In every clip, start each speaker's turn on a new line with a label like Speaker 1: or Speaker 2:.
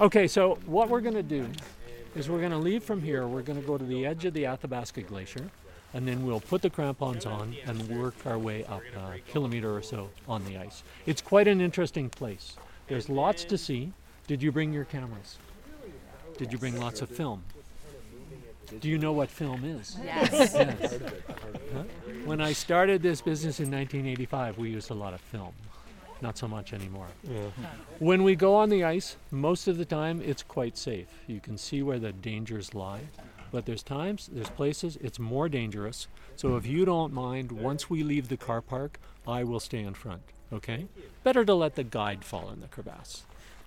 Speaker 1: Okay, so what we're going to do is we're going to leave from here. We're going to go to the edge of the Athabasca Glacier, and then we'll put the crampons on and work our way up a kilometer or so on the ice. It's quite an interesting place. There's lots to see. Did you bring your cameras? Did you bring lots of film? Do you know what film is?
Speaker 2: Yes.
Speaker 1: Yes. Huh? When I started this business in 1985, we used a lot of film. Not so much anymore. When we go on the ice, most of the time it's quite safe. You can see where the dangers lie. But there's times, there's places it's more dangerous. So if you don't mind, once we leave the car park, I will stay in front. Okay? Better to let the guide fall in the crevasse.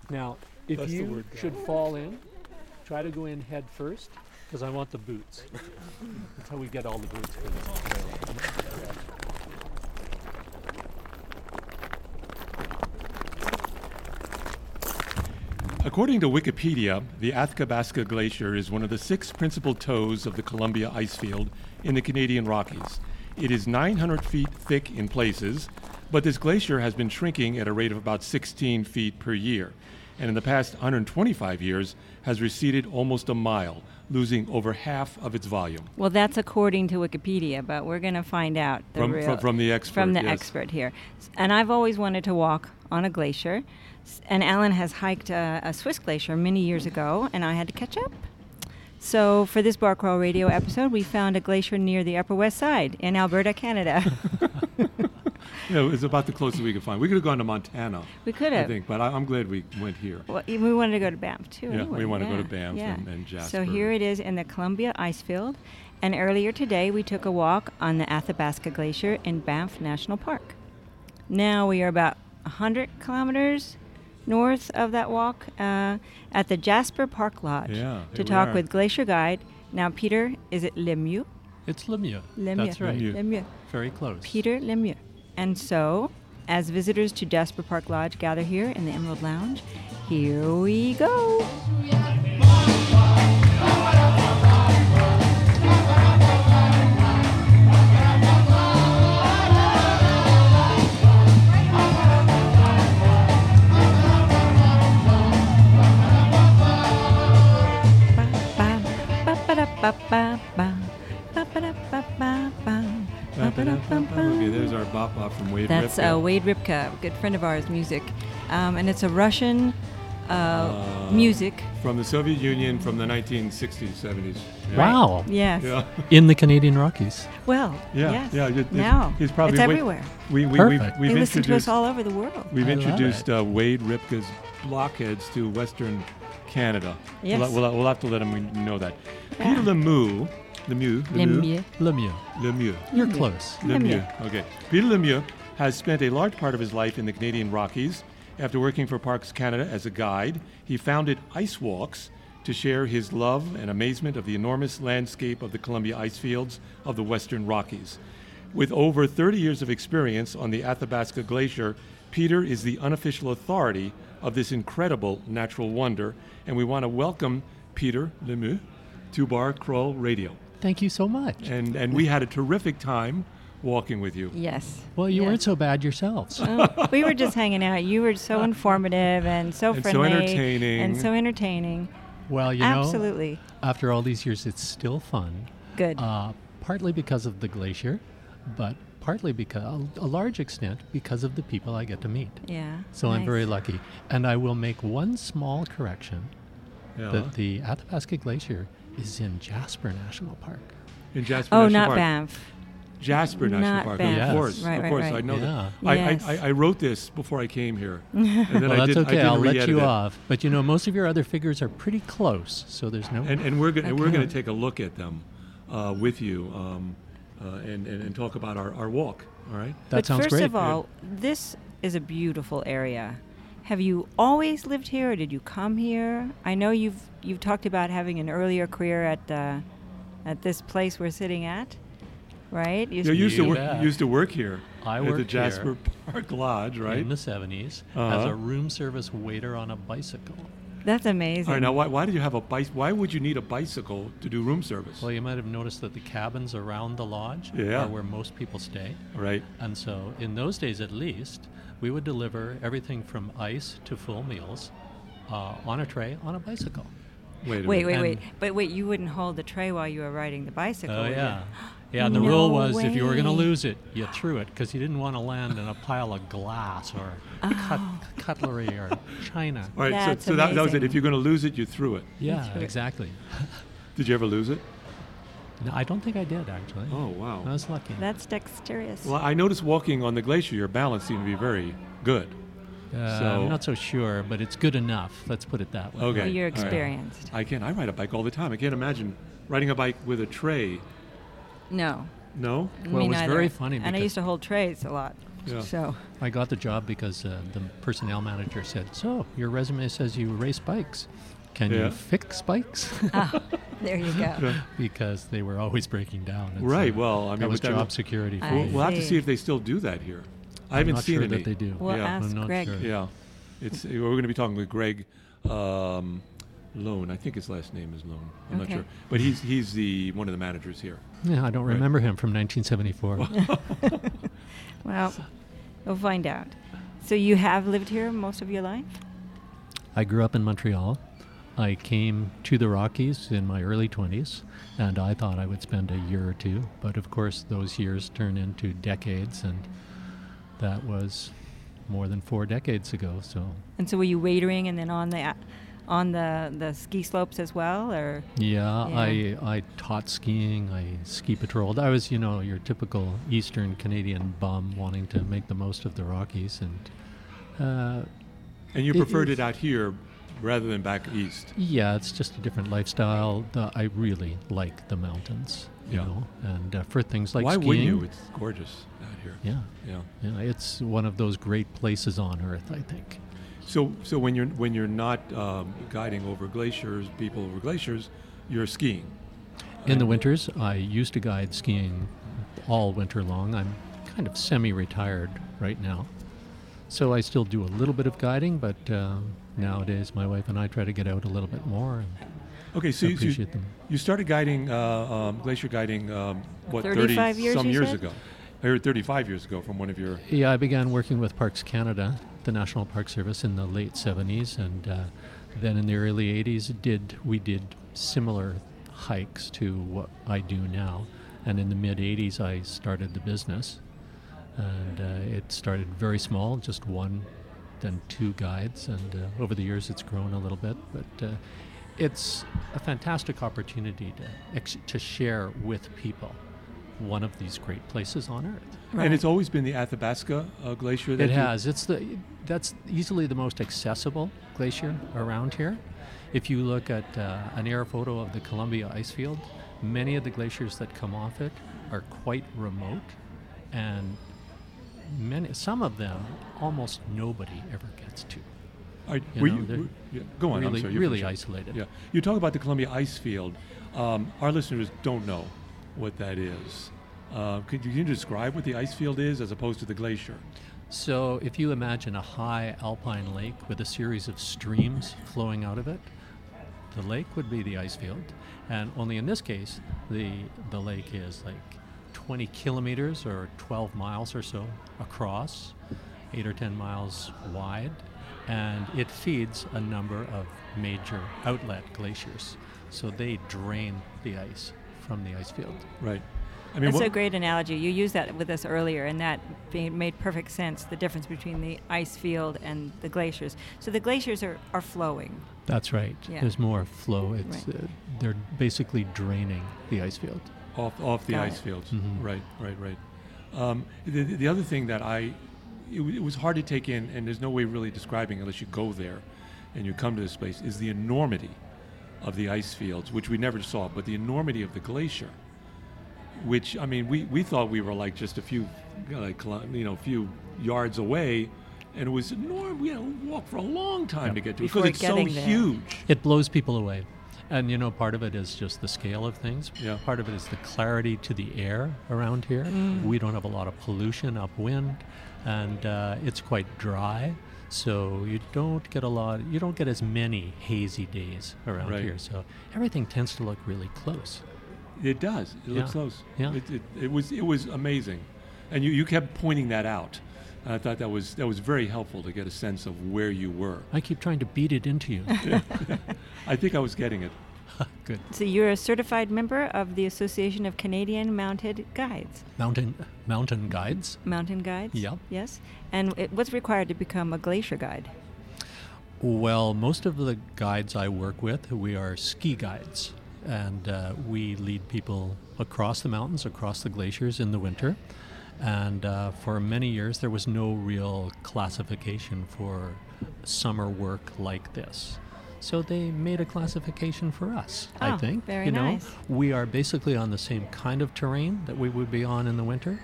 Speaker 1: Now, if
Speaker 3: That's the
Speaker 1: you
Speaker 3: word, guide.
Speaker 1: should fall in, try to go in head first, because I want the boots. That's how we get all the boots for this.
Speaker 3: According to Wikipedia, the Athabasca Glacier is one of the six principal toes of the Columbia Icefield in the Canadian Rockies. It is 900 feet thick in places, but this glacier has been shrinking at a rate of about 16 feet per year, and in the past 125 years has receded almost a mile, losing over half of its volume.
Speaker 2: Well, that's according to Wikipedia, but we're going to find out the
Speaker 3: From-
Speaker 2: real
Speaker 3: from- from the expert,
Speaker 2: from the
Speaker 3: yes.
Speaker 2: expert here. S- And I've always wanted to walk on a glacier, S- and Alan has hiked a, a Swiss glacier many years ago, and I had to catch up. So for this Bar Crawl Radio episode, we found a glacier near the Upper West Side in Alberta, Canada.
Speaker 3: Yeah, it was about the closest we could find. We could have gone to Montana,
Speaker 2: we could
Speaker 3: I
Speaker 2: have.
Speaker 3: think, but I, I'm glad we went here.
Speaker 2: Well, e- we wanted to go to Banff too.
Speaker 3: Yeah, we
Speaker 2: anyway.
Speaker 3: wanna go to
Speaker 2: Yeah,
Speaker 3: Banff
Speaker 2: yeah.
Speaker 3: and- and
Speaker 2: So here
Speaker 3: Jasper.
Speaker 2: it is in the Columbia Icefield, and earlier today we took a walk on the Athabasca Glacier in Banff National Park. Now we are about 100 kilometers north of that walk uh, at the Jasper Park Lodge
Speaker 3: Yeah,
Speaker 2: to
Speaker 3: here we
Speaker 2: talk
Speaker 3: are.
Speaker 2: with glacier guide. Now Peter, is it Lemieux?
Speaker 1: It's Lemieux.
Speaker 2: Lemieux.
Speaker 1: That's right.
Speaker 3: Lemieux.
Speaker 2: Lemieux.
Speaker 1: Very close.
Speaker 2: Peter Lemieux. And so, as visitors to Jasper Park Lodge gather here in the Emerald Lounge, here we go.
Speaker 3: Okay, there's our bop bop from Wade
Speaker 2: That's
Speaker 3: Ripka.
Speaker 2: uh, Wade Ripka, a good friend of ours, music. Um, and it's a Russian uh,
Speaker 3: Uh,
Speaker 2: music.
Speaker 3: from the Soviet Union from the 1960s, 70s. Yeah.
Speaker 1: Wow.
Speaker 2: Yes.
Speaker 3: Yeah,
Speaker 1: In the Canadian Rockies.
Speaker 2: Well,
Speaker 3: yeah,
Speaker 2: yes.
Speaker 3: yeah. it- it-
Speaker 2: now
Speaker 3: he's probably
Speaker 2: it's
Speaker 3: Wade-
Speaker 2: everywhere.
Speaker 3: We, we,
Speaker 1: Perfect.
Speaker 3: We've,
Speaker 2: they
Speaker 3: we've
Speaker 2: listen to us
Speaker 3: introduced,
Speaker 2: all over the world.
Speaker 3: we've
Speaker 1: I love
Speaker 3: introduced
Speaker 1: it.
Speaker 3: uh, Wade Ripka's blockheads to Western Canada.
Speaker 2: Yes.
Speaker 3: We'll, we'll, we'll have to let him know that. Peter Lemieux, Lemieux, Lemieux,
Speaker 2: Lemieux.
Speaker 1: Lemieux.
Speaker 3: Lemieux,
Speaker 1: You're close.
Speaker 2: Lemieux.
Speaker 3: Lemieux. Okay. Peter Lemieux has spent a large part of his life in the Canadian Rockies. After working for Parks Canada as a guide, he founded Ice Walks to share his love and amazement of the enormous landscape of the Columbia Icefields of the Western Rockies. With over 30 years of experience on the Athabasca Glacier, Peter is the unofficial authority of this incredible natural wonder, and we want to welcome Peter Lemieux to Bar Crawl Radio
Speaker 1: Thank you so much.
Speaker 3: and and we had a terrific time walking with you.
Speaker 2: Yes.
Speaker 1: Well, you
Speaker 2: Yes.
Speaker 1: weren't so bad yourselves.
Speaker 2: Oh, we were just hanging out. You were so informative and so
Speaker 3: And so
Speaker 2: friendly
Speaker 3: entertaining.
Speaker 2: and so entertaining.
Speaker 1: Well, you know,
Speaker 2: Absolutely.
Speaker 1: after all these years, it's still fun.
Speaker 2: Good.
Speaker 1: Uh, partly because of the glacier, but partly because, a large extent, because of the people I get to meet.
Speaker 2: yeah.
Speaker 1: So I'm
Speaker 2: nice.
Speaker 1: very lucky. And I will make one small correction
Speaker 3: Uh-huh.
Speaker 1: that the Athabasca Glacier is in Jasper National Park.
Speaker 3: in Jasper
Speaker 2: Oh,
Speaker 3: National
Speaker 2: not
Speaker 3: Park.
Speaker 2: Banff.
Speaker 3: Jasper National
Speaker 2: Not
Speaker 3: Park.
Speaker 2: Banff.
Speaker 3: Of course,
Speaker 1: Yes.
Speaker 2: Right,
Speaker 3: of
Speaker 2: right,
Speaker 3: course.
Speaker 2: right.
Speaker 3: I know
Speaker 1: Yeah.
Speaker 3: that.
Speaker 2: Yes.
Speaker 3: I, I, I, I wrote this before I came here, and then
Speaker 1: well,
Speaker 3: I
Speaker 1: that's
Speaker 3: did.
Speaker 1: okay.
Speaker 3: I did
Speaker 1: I'll let you
Speaker 3: it.
Speaker 1: off. But you know, most of your other figures are pretty close, so there's no.
Speaker 3: And and we're gonna and we're
Speaker 1: Okay.
Speaker 3: gonna take a look at them uh, with you, um, uh, and, and and talk about our, our walk. All right.
Speaker 1: that
Speaker 2: but
Speaker 1: sounds
Speaker 2: first
Speaker 1: great.
Speaker 2: of all, this is a beautiful area. Have you always lived here, or did you come here? I know you've you've talked about having an earlier career at uh, at this place we're sitting at, right? You
Speaker 3: You used to
Speaker 1: You
Speaker 3: work,
Speaker 1: bet.
Speaker 3: used to work here
Speaker 1: I
Speaker 3: at the
Speaker 1: worked here.
Speaker 3: Jasper Park Lodge, right?
Speaker 1: in the 70s as
Speaker 3: Uh-huh.
Speaker 1: a room service waiter on a bicycle.
Speaker 2: That's
Speaker 3: All
Speaker 2: amazing.
Speaker 3: right. Now, why, why did you have a bicycle? Why would you need a bicycle to do room service?
Speaker 1: Well, you might have noticed that the cabins around the lodge
Speaker 3: Yeah.
Speaker 1: are where most people stay.
Speaker 3: right.
Speaker 1: And so, in those days at least, we would deliver everything from ice to full meals uh, on a tray on a bicycle.
Speaker 3: Wait a minute.
Speaker 2: Wait, wait,
Speaker 1: And-
Speaker 2: wait. But wait, you wouldn't hold the tray while you were riding the bicycle.
Speaker 1: Oh
Speaker 2: would you?
Speaker 1: yeah, yeah. And the rule
Speaker 2: No
Speaker 1: was if you were going to
Speaker 2: way.
Speaker 1: lose it, you threw it because you didn't want to land in a pile of glass or cut,
Speaker 2: Oh.
Speaker 1: cutlery or china.
Speaker 3: All right,
Speaker 2: That's
Speaker 3: so, so that, that was it.
Speaker 2: amazing.
Speaker 3: If you're going to lose it, you threw it.
Speaker 1: Yeah,
Speaker 2: threw it.
Speaker 1: exactly.
Speaker 3: Did you ever lose it?
Speaker 1: No, I don't think I did actually.
Speaker 3: Oh, wow.
Speaker 1: I was lucky.
Speaker 2: That's dexterous.
Speaker 3: Well, I noticed walking on the glacier, your balance seemed to be very good.
Speaker 1: Uh,
Speaker 3: so-
Speaker 1: I'm not so sure, but it's good enough. Let's put it that way.
Speaker 3: Okay.
Speaker 2: Well, you're
Speaker 3: all right.
Speaker 2: experienced.
Speaker 3: I can. I ride a bike all the time. I can't imagine riding a bike with a tray.
Speaker 2: No.
Speaker 3: No?
Speaker 1: Well,
Speaker 2: me
Speaker 1: it was
Speaker 2: neither.
Speaker 1: very funny
Speaker 2: And I
Speaker 1: because-
Speaker 2: used to hold trays a lot.
Speaker 3: Yeah.
Speaker 2: So,
Speaker 1: I got the job because uh, the personnel manager said, "So your resume says you race bikes. Can
Speaker 3: Yeah.
Speaker 1: you fix bikes?"
Speaker 2: Uh. there you go.
Speaker 1: because they were always breaking down. It's,
Speaker 3: Right,
Speaker 1: uh,
Speaker 3: well, I mean,
Speaker 1: that was
Speaker 3: which I
Speaker 1: job
Speaker 3: would-
Speaker 1: security.
Speaker 2: I
Speaker 1: for
Speaker 3: We'll,
Speaker 1: me.
Speaker 3: we'll have to
Speaker 2: see.
Speaker 3: see if they still do that here. I
Speaker 1: I'm
Speaker 3: haven't
Speaker 1: not
Speaker 3: seen
Speaker 1: sure
Speaker 3: any.
Speaker 1: that they do.
Speaker 2: We'll
Speaker 3: Yeah. I'm
Speaker 2: ask
Speaker 1: not
Speaker 2: Greg.
Speaker 1: sure.
Speaker 3: Yeah, it's we're going to be talking with Greg um, Lone. I think his last name is Lone. I'm
Speaker 2: Okay.
Speaker 3: not sure, but he's he's the one of the managers here.
Speaker 1: Yeah, I don't remember him from 1974.
Speaker 2: Well, we'll find out. So, you have lived here most of your life?
Speaker 1: I grew up in Montreal. I came to the Rockies in my early 20s, and I thought I would spend a year or two. But of course, those years turn into decades, and that was more than four decades ago. So,
Speaker 2: And so, were you waitering and then on the. On the, the ski slopes as well, or
Speaker 1: yeah,
Speaker 2: Yeah.
Speaker 1: I, I taught skiing, I ski patrolled. I was, you know, your typical Eastern Canadian bum wanting to make the most of the Rockies and uh,
Speaker 3: And you
Speaker 1: It
Speaker 3: preferred
Speaker 1: is.
Speaker 3: it out here rather than back east.
Speaker 1: Yeah, it's just a different lifestyle. The, I really like the mountains, you
Speaker 3: Yeah.
Speaker 1: know, and uh, for things like
Speaker 3: Why
Speaker 1: skiing.
Speaker 3: wouldn't you? It's gorgeous out here.
Speaker 1: yeah,
Speaker 3: Yeah.
Speaker 1: yeah, it's one of those great places on earth, I think.
Speaker 3: So so when you're when you're not um, guiding over glaciers, people over glaciers, you're skiing.
Speaker 1: In the winters, I used to guide skiing all winter long. I'm kind of semi retired right now. So I still do a little bit of guiding, but uh, nowadays my wife and I try to get out a little bit more. And
Speaker 3: Okay, so you, so you,
Speaker 1: Appreciate them.
Speaker 3: you started guiding uh, um, glacier guiding um, what
Speaker 2: 35 years,
Speaker 3: some
Speaker 2: you
Speaker 3: years
Speaker 2: said?
Speaker 3: ago. I heard 35 years ago from one of your
Speaker 1: Yeah, I began working with Parks Canada, the National Park Service, in the late 70s, and uh, then in the early 80s, did we did similar hikes to what I do now, and in the mid 80s, I started the business, and uh, it started very small, just one, then two guides, and uh, over the years, it's grown a little bit, but. Uh, it's a fantastic opportunity to, ex- to share with people one of these great places on earth.
Speaker 2: Right.
Speaker 3: And it's always been the Athabasca uh, Glacier. That
Speaker 1: It
Speaker 3: you-
Speaker 1: has. It's the that's easily the most accessible glacier around here. If you look at uh, an air photo of the Columbia Icefield, many of the glaciers that come off it are quite remote, and many some of them almost nobody ever gets to.
Speaker 3: Are-
Speaker 1: you
Speaker 3: were
Speaker 1: know,
Speaker 3: you-
Speaker 1: they're
Speaker 3: were- yeah, go on.
Speaker 1: really,
Speaker 3: I'm sorry. you
Speaker 1: really
Speaker 3: finish up.
Speaker 1: isolated.
Speaker 3: Yeah. You talk about the Columbia Ice Field. Um, our listeners don't know what that is. Uh, could you, can you describe what the ice field is as opposed to the glacier?
Speaker 1: So, if you imagine a high alpine lake with a series of streams flowing out of it, the lake would be the ice field. And only in this case, the, the lake is like 20 kilometers or 12 miles or so across, 8 or 10 miles wide, and it feeds a number of major outlet glaciers. So, they drain the ice from the ice field.
Speaker 3: Right. I mean,
Speaker 2: That's a
Speaker 3: what,
Speaker 2: great analogy. You used that with us earlier, and that be- made perfect sense the difference between the ice field and the glaciers. So the glaciers are, are flowing.
Speaker 1: That's right.
Speaker 2: Yeah.
Speaker 1: There's more flow. It's uh, they're basically draining the ice field.
Speaker 3: off off the
Speaker 2: Got
Speaker 3: ice
Speaker 2: it. Mm-hmm.
Speaker 3: fields. Right. Right. Right. Um, the, the the other thing that I, it, w- it was hard to take in, and there's no way really describing unless you go there, and you come to this place, is the enormity of the ice fields, which we never saw, but the enormity of the glacier. which I mean, we, we thought we were like just a few, uh, like, kilo- you know, few yards away, and it was enormous. We had to walk for a long time to get to
Speaker 2: Before
Speaker 3: it because it's so
Speaker 2: getting there.
Speaker 3: huge.
Speaker 1: It blows people away. And you know, part of it is just the scale of things.
Speaker 3: Yeah.
Speaker 1: Part of it is the clarity to the air around here. We don't have a lot of pollution upwind, and uh, it's quite dry. So you don't get a lot. You don't get as many hazy days around
Speaker 3: Right.
Speaker 1: here. So everything tends to look really close.
Speaker 3: It does. It looks
Speaker 1: Yeah.
Speaker 3: close.
Speaker 1: Yeah.
Speaker 3: It, it, it was it was amazing, and you, you kept pointing that out. And I thought that was that was very helpful to get a sense of where you were.
Speaker 1: I keep trying to beat it into you.
Speaker 3: I think I was getting it.
Speaker 1: Good.
Speaker 2: So you're a certified member of the Association of Canadian Mounted Guides.
Speaker 1: Mountain mountain guides.
Speaker 2: Mountain guides?
Speaker 1: Yeah.
Speaker 2: Yes. And it, what's required to become a glacier guide?
Speaker 1: Well, most of the guides I work with, we are ski guides, and uh, we lead people across the mountains, across the glaciers in the winter. And uh, for many years, there was no real classification for summer work like this. So they made a classification for us, I
Speaker 2: Oh,
Speaker 1: think.
Speaker 2: very
Speaker 1: you know,
Speaker 2: nice.
Speaker 1: we are basically on the same kind of terrain that we would be on in the winter,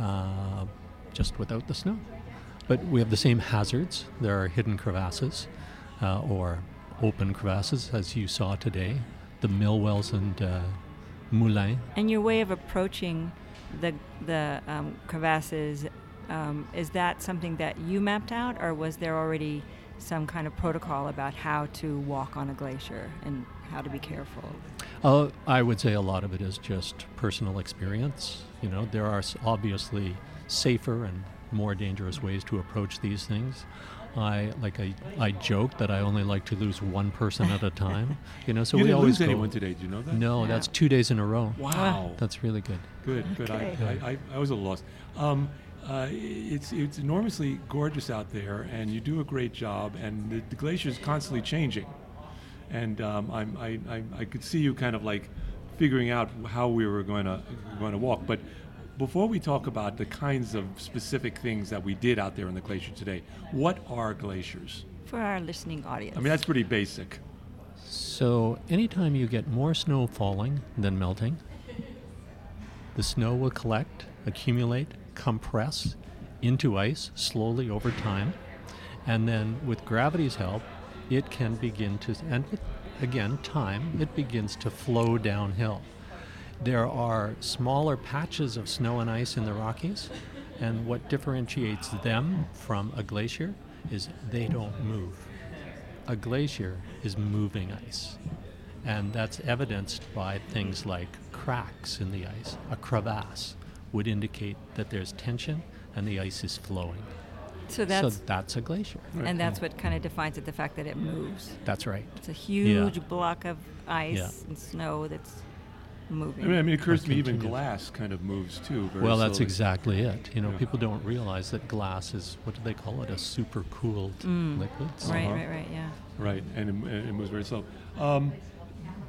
Speaker 1: uh, just without the snow. But we have the same hazards. There are hidden crevasses uh, or open crevasses, as you saw today, the mill wells and uh, moulins.
Speaker 2: And your way of approaching the, the um, crevasses, um, is that something that you mapped out, or was there already some kind of protocol about how to walk on a glacier and how to be careful?
Speaker 1: Uh, I would say a lot of it is just personal experience. You know, there are s- obviously safer and more dangerous ways to approach these things. I like I, I joke that I only like to lose one person at a time. You know, so
Speaker 3: you
Speaker 1: we
Speaker 3: didn't
Speaker 1: always
Speaker 3: lose
Speaker 1: go-
Speaker 3: anyone today. Do you know that?
Speaker 1: No,
Speaker 2: Yeah.
Speaker 1: that's two days in a row.
Speaker 3: Wow.
Speaker 1: That's really good.
Speaker 3: Good, good.
Speaker 2: Okay.
Speaker 3: I, I, I, I was a little lost. Um, uh, it's it's enormously gorgeous out there, and you do a great job. And the, the glacier is constantly changing, and um, I'm, I, I I could see you kind of like figuring out how we were going to going to walk. But before we talk about the kinds of specific things that we did out there in the glacier today, what are glaciers?
Speaker 2: For our listening audience.
Speaker 3: I mean, that's pretty basic.
Speaker 1: So anytime you get more snow falling than melting, the snow will collect, accumulate, compress into ice slowly over time, and then with gravity's help, it can begin to and with, again time it begins to flow downhill. There are smaller patches of snow and ice in the Rockies, and what differentiates them from a glacier is they don't move a glacier is moving ice. And that's evidenced by things like cracks in the ice. A crevasse would indicate that there's tension and the ice is flowing.
Speaker 2: so that's
Speaker 1: so that's a glacier.
Speaker 2: and that's what kind of defines it—the fact that it moves.
Speaker 1: That's right.
Speaker 2: It's a huge block of ice
Speaker 1: Yeah.
Speaker 2: and snow that's moving.
Speaker 3: I mean, I mean, it occurs to me even
Speaker 1: Continue.
Speaker 3: glass kind of moves too. Very
Speaker 1: Well, that's
Speaker 3: slowly.
Speaker 1: exactly it. You know,
Speaker 3: Yeah.
Speaker 1: people don't realize that glass is what do they call it? A super cooled liquid.
Speaker 2: Mm. Right,
Speaker 3: Uh-huh.
Speaker 2: right, right. Yeah.
Speaker 3: Right, and it, and it moves very slow. Um,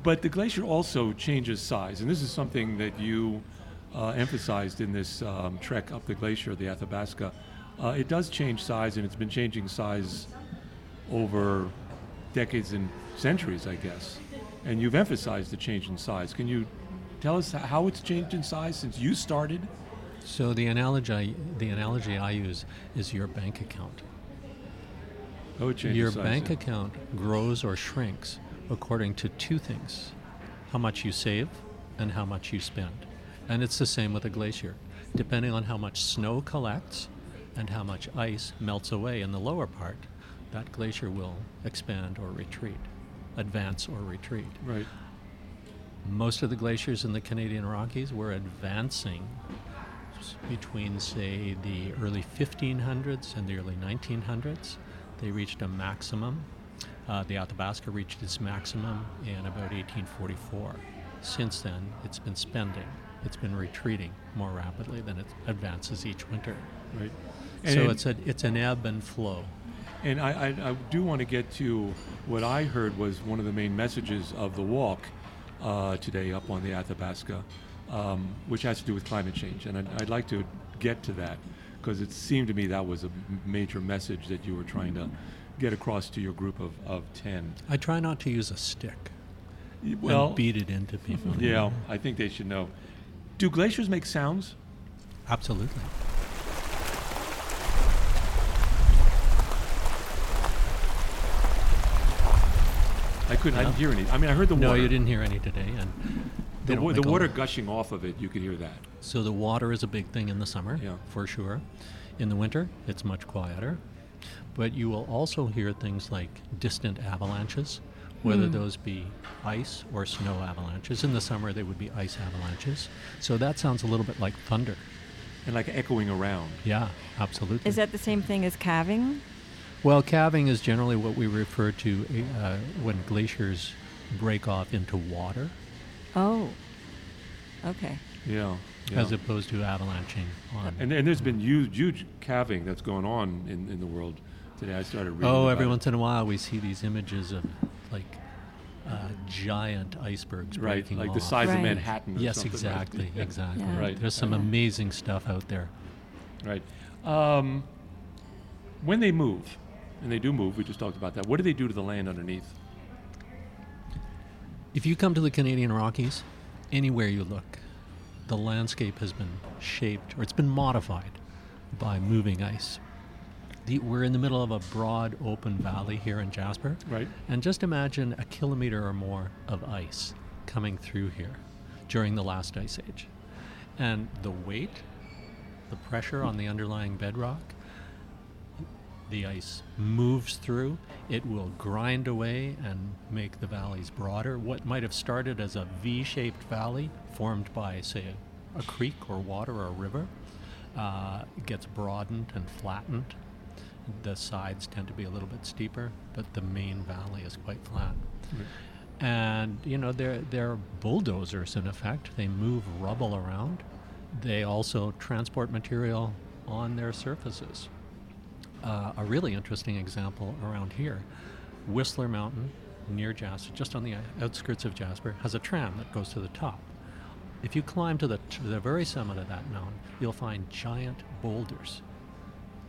Speaker 3: but the glacier also changes size, and this is something that you uh, emphasized in this um, trek up the glacier, the Athabasca. Uh, it does change size, and it's been changing size over decades and centuries, I guess. And you've emphasized the change in size. Can you tell us h- how it's changed in size since you started?
Speaker 1: So the analogy I, the analogy I use is your bank account.
Speaker 3: Oh, it changes
Speaker 1: Your
Speaker 3: size.
Speaker 1: bank
Speaker 3: yeah.
Speaker 1: account grows or shrinks according to two things how much you save and how much you spend. And it's the same with a glacier. Depending on how much snow collects and how much ice melts away in the lower part, that glacier will expand or retreat, advance or retreat.
Speaker 3: Right.
Speaker 1: Most of the glaciers in the Canadian Rockies were advancing s- between, say, the early 1500s and the early 1900s. They reached a maximum. Uh, the Athabasca reached its maximum in about 1844. Since then, it's been spending. It's been retreating more rapidly than it advances each winter.
Speaker 3: Right.
Speaker 1: so
Speaker 3: it-
Speaker 1: it's a it's an ebb and flow.
Speaker 3: And I, I, I do want to get to what I heard was one of the main messages of the walk uh, today up on the Athabasca, um, which has to do with climate change. And I'd, I'd like to get to that because it seemed to me that was a m- major message that you were trying to get across to your group of, of 10.
Speaker 1: I try not to use a stick
Speaker 3: Well,
Speaker 1: and beat it into people.
Speaker 3: yeah, I think they should know. Do glaciers make sounds?
Speaker 1: Absolutely.
Speaker 3: I couldn't, I didn't hear any. I mean, I heard the
Speaker 1: No,
Speaker 3: water.
Speaker 1: you didn't hear any today, and they
Speaker 3: The,
Speaker 1: don't
Speaker 3: wa- the
Speaker 1: make a-
Speaker 3: water gushing off of it, you could hear that.
Speaker 1: So the water is a big thing in the summer,
Speaker 3: Yeah.
Speaker 1: for sure. In the winter, it's much quieter. But you will also hear things like distant avalanches,
Speaker 3: Hmm.
Speaker 1: whether those be ice or snow avalanches. In the summer, they would be ice avalanches. So that sounds a little bit like thunder.
Speaker 3: and like echoing around.
Speaker 1: Yeah, absolutely.
Speaker 2: Is that the same thing as calving?
Speaker 1: Well, calving is generally what we refer to uh, when glaciers break off into water
Speaker 2: Oh. Okay.
Speaker 3: Yeah.
Speaker 1: as
Speaker 3: yeah.
Speaker 1: opposed to avalanching on.
Speaker 3: and, and there's been huge, huge calving that's going on in, in the world today. I started reading.
Speaker 1: oh,
Speaker 3: about
Speaker 1: every
Speaker 3: it.
Speaker 1: once in a while we see these images of like uh, giant icebergs
Speaker 3: Right,
Speaker 1: breaking
Speaker 3: like
Speaker 1: off.
Speaker 3: the size of
Speaker 2: Right.
Speaker 3: Manhattan. Or
Speaker 1: Yes,
Speaker 3: something,
Speaker 1: exactly,
Speaker 3: Right.
Speaker 1: exactly.
Speaker 2: Yeah.
Speaker 3: Right.
Speaker 1: There's some
Speaker 2: Yeah.
Speaker 1: amazing stuff out there.
Speaker 3: Right. Um, when they move, and they do move, we just talked about that. What do they do to the land underneath?
Speaker 1: If you come to the Canadian Rockies, anywhere you look, the landscape has been shaped or it's been modified by moving ice. The, we're in the middle of a broad open valley here in Jasper.
Speaker 3: Right.
Speaker 1: And just imagine a kilometer or more of ice coming through here during the last ice age. And the weight, the pressure on the underlying bedrock, the ice moves through, it will grind away and make the valleys broader. What might have started as a V shaped valley formed by, say, a, a creek or water or a river uh, gets broadened and flattened. The sides tend to be a little bit steeper, but the main valley is quite flat. And you know they're they're bulldozers in effect. They move rubble around. They also transport material on their surfaces uh, a really interesting example around here. Whistler Mountain, near Jasper, just on the outskirts of Jasper, has a tram that goes to the top. If you climb to the, to the very summit of that mountain, you'll find giant boulders.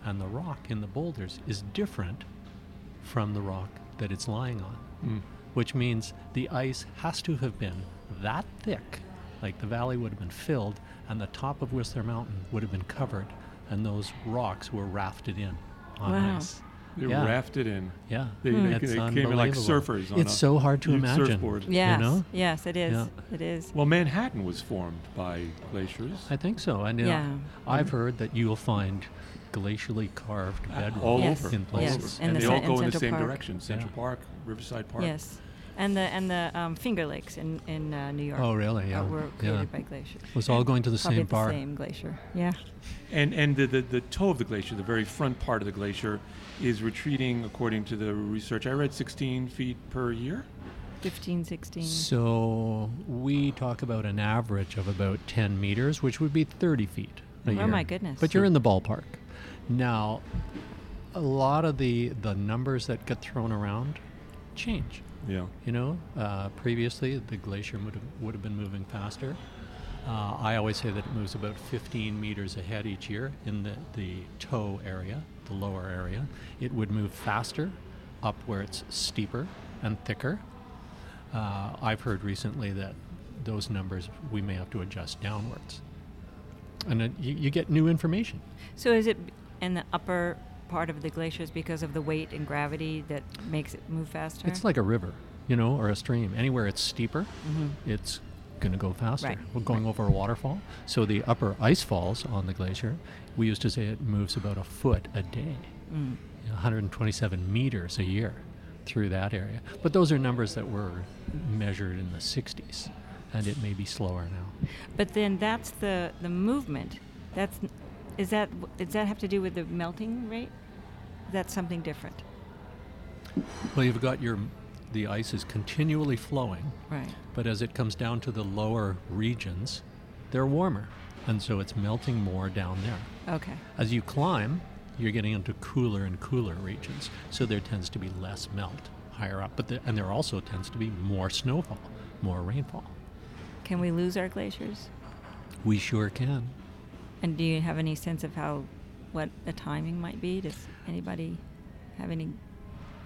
Speaker 1: And the rock in the boulders is different from the rock that it's lying on,
Speaker 3: Hmm.
Speaker 1: which means the ice has to have been that thick, like the valley would have been filled, and the top of Whistler Mountain would have been covered, and those rocks were rafted in on
Speaker 2: Wow.
Speaker 1: ice.
Speaker 3: They're
Speaker 1: Yeah.
Speaker 3: rafted in.
Speaker 1: Yeah,
Speaker 3: They- they-
Speaker 1: It's
Speaker 3: they came in like
Speaker 1: unbelievable.
Speaker 3: surfers on
Speaker 1: it's
Speaker 3: a
Speaker 1: so hard to
Speaker 3: huge
Speaker 1: imagine.
Speaker 3: surfboard.
Speaker 2: Yes.
Speaker 1: know?
Speaker 2: Yes, it is.
Speaker 1: Yeah.
Speaker 2: It is.
Speaker 3: Well, Manhattan was formed by glaciers.
Speaker 1: I think so. And you know,
Speaker 2: Yeah.
Speaker 1: I've heard that you'll find glacially carved bedrock
Speaker 3: Uh, all
Speaker 2: Yes,
Speaker 3: over,
Speaker 1: in
Speaker 3: all
Speaker 1: places.
Speaker 2: yes,
Speaker 3: over,
Speaker 2: and
Speaker 3: and,
Speaker 2: the
Speaker 3: they
Speaker 2: cen-
Speaker 3: all
Speaker 2: and
Speaker 3: go in the
Speaker 2: Central
Speaker 3: same
Speaker 2: Park.
Speaker 3: direction. Central
Speaker 1: Yeah.
Speaker 3: Park, Riverside Park.
Speaker 2: Yes. And the and the um, Finger Lakes in in uh, New York.
Speaker 1: Oh, really? Yeah.
Speaker 2: uh, were
Speaker 1: Yeah.
Speaker 2: created by glaciers.
Speaker 1: was all going to the
Speaker 2: Probably
Speaker 1: same
Speaker 2: the
Speaker 1: bar.
Speaker 2: same glacier. Yeah.
Speaker 3: And and the, the the toe of the glacier, the very front part of the glacier, is retreating according to the research I read, 16 feet per year.
Speaker 2: 15, 16.
Speaker 1: So we talk about an average of about 10 meters, which would be 30 feet. A
Speaker 2: Oh
Speaker 1: year.
Speaker 2: my goodness.
Speaker 1: But you're in the ballpark. Now, a lot of the the numbers that get thrown around change.
Speaker 3: Yeah.
Speaker 1: You know, uh, previously the glacier would have, would have been moving faster. Uh, I always say that it moves about 15 meters ahead each year in the, the toe area, the lower area. It would move faster up where it's steeper and thicker. Uh, I've heard recently that those numbers we may have to adjust downwards. And it, you, you get new information.
Speaker 2: So is it b- in the upper part of the glaciers because of the weight and gravity that makes it move faster?
Speaker 1: It's like a river, you know, or a stream. Anywhere it's steeper,
Speaker 2: Mm-hmm.
Speaker 1: it's going to go faster.
Speaker 2: Right.
Speaker 1: We're going over a waterfall. So the upper ice falls on the glacier, we used to say it moves about a foot a day,
Speaker 2: Mm-hmm.
Speaker 1: you know, 127 meters a year through that area. But those are numbers that were measured in the 60s, and it may be slower now.
Speaker 2: But then that's the the movement. That's n- is that w- does that have to do with the melting rate? That's something different.
Speaker 1: Well, you've got your, the ice is continually flowing.
Speaker 2: Right.
Speaker 1: But as it comes down to the lower regions, they're warmer. And so it's melting more down there.
Speaker 2: Okay.
Speaker 1: As you climb, you're getting into cooler and cooler regions. So there tends to be less melt higher up. But the, and there also tends to be more snowfall, more rainfall.
Speaker 2: Can we lose our glaciers?
Speaker 1: We sure can.
Speaker 2: And do you have any sense of how what the timing might be? Does anybody have any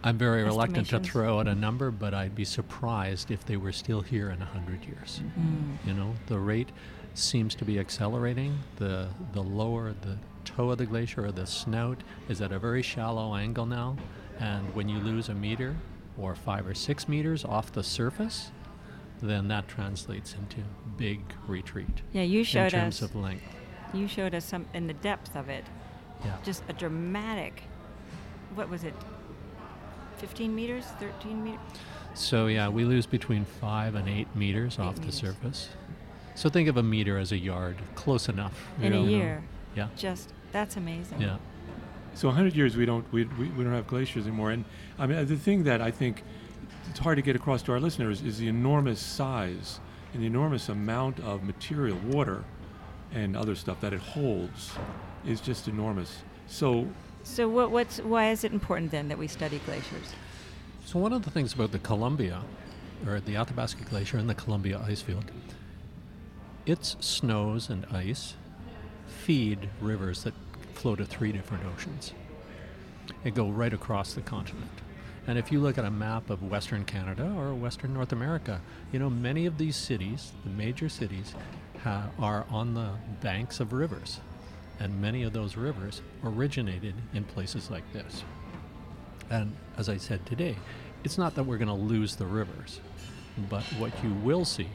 Speaker 1: I'm very reluctant to
Speaker 2: Estimations?
Speaker 1: throw out a number, but I'd be surprised if they were still here in 100 years.
Speaker 2: Mm-hmm.
Speaker 1: You know, the rate seems to be accelerating. The, the lower the toe of the glacier or the snout is at a very shallow angle now. And when you lose a meter or five or six meters off the surface, then that translates into big retreat
Speaker 2: Yeah, you
Speaker 1: in
Speaker 2: showed
Speaker 1: terms
Speaker 2: us
Speaker 1: of length.
Speaker 2: you showed us some in the depth of it.
Speaker 1: Yeah.
Speaker 2: Just a dramatic what was it? 15 meters, 13 meters?
Speaker 1: So yeah, we lose between five and eight meters off the
Speaker 2: meters.
Speaker 1: surface. So think of a meter as a yard, close enough.
Speaker 2: in
Speaker 1: you
Speaker 2: a
Speaker 1: know.
Speaker 2: year.
Speaker 1: Yeah.
Speaker 2: Just that's amazing.
Speaker 1: Yeah.
Speaker 3: So 100 years we don't we, we, we don't have glaciers anymore. And I mean the thing that I think it's hard to get across to our listeners is the enormous size and the enormous amount of material, water, and other stuff that it holds is just enormous. So
Speaker 2: So what, what's why is it important then that we study glaciers?
Speaker 1: So one of the things about the Columbia, or the Athabasca Glacier and the Columbia Ice Field, its snows and ice feed rivers that flow to three different oceans and go right across the continent. And if you look at a map of Western Canada or Western North America, you know, many of these cities, the major cities, ha- are on the banks of rivers. And many of those rivers originated in places like this. And as I said today, it's not that we're going to lose the rivers, but what you will see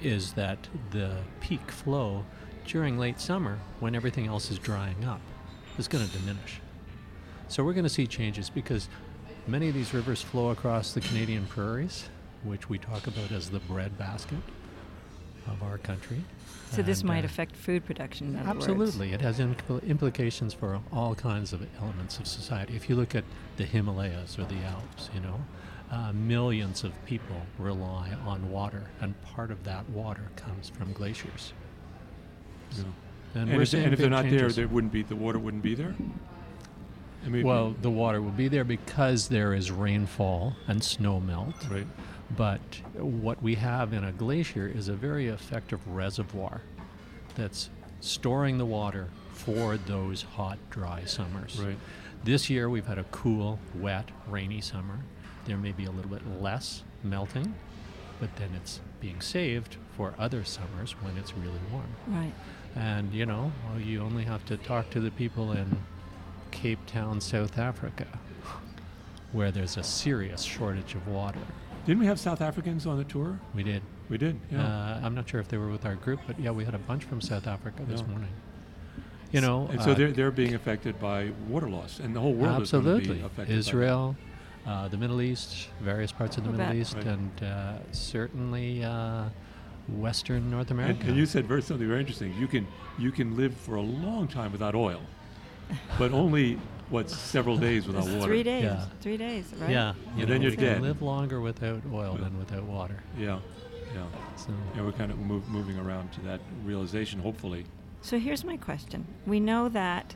Speaker 1: is that the peak flow during late summer, when everything else is drying up, is going to diminish. So we're going to see changes because many of these rivers flow across the Canadian prairies, which we talk about as the breadbasket of our country.
Speaker 2: So this
Speaker 1: And,
Speaker 2: might
Speaker 1: uh,
Speaker 2: affect food production. In other words.
Speaker 1: Absolutely. It has impl- implications for all kinds of elements of society. If you look at the Himalayas or the Alps, you know, uh, millions of people rely on water, and part of that water comes from glaciers.
Speaker 3: you know,
Speaker 1: And,
Speaker 3: and,
Speaker 1: we're
Speaker 3: if, they-
Speaker 1: seeing
Speaker 3: and if they're
Speaker 1: big
Speaker 3: not there,
Speaker 1: changes.
Speaker 3: there wouldn't be the water wouldn't be there. I mean,
Speaker 1: well, the water will be there because there is rainfall and snow melt.
Speaker 3: right.
Speaker 1: But what we have in a glacier is a very effective reservoir that's storing the water for those hot, dry summers.
Speaker 3: Right.
Speaker 1: This year we've had a cool, wet, rainy summer. There may be a little bit less melting, but then it's being saved for other summers when it's really warm.
Speaker 2: Right.
Speaker 1: And you know, well, you only have to talk to the people in Cape Town, South Africa, where there's a serious shortage of water.
Speaker 3: Didn't we have South Africans on the tour?
Speaker 1: We did.
Speaker 3: We did. Yeah.
Speaker 1: Uh, I'm not sure if they were with our group, but yeah, we had a bunch from South Africa this
Speaker 3: Yeah.
Speaker 1: morning. You know,
Speaker 3: and so
Speaker 1: uh,
Speaker 3: they're they're being affected by water loss, and the whole world is going
Speaker 1: absolutely
Speaker 3: to be affected. by that.
Speaker 1: Israel, uh, the Middle East, various parts of the
Speaker 2: What
Speaker 1: Middle
Speaker 2: about-
Speaker 1: East,
Speaker 3: Right.
Speaker 1: and uh, certainly uh, Western North
Speaker 3: And,
Speaker 1: America.
Speaker 3: and you said very something very interesting. You can you can live for a long time without oil, but only what several days without
Speaker 2: It's
Speaker 3: water.
Speaker 2: three days.
Speaker 1: Yeah.
Speaker 2: Three days. Right.
Speaker 1: Yeah,
Speaker 3: And
Speaker 1: you
Speaker 3: then
Speaker 1: know,
Speaker 3: you're
Speaker 1: we can
Speaker 3: dead.
Speaker 1: Live longer without oil than without water.
Speaker 3: Yeah, yeah.
Speaker 1: So
Speaker 3: And we're kind of move, moving around to that realization, hopefully.
Speaker 2: So here's my question. We know that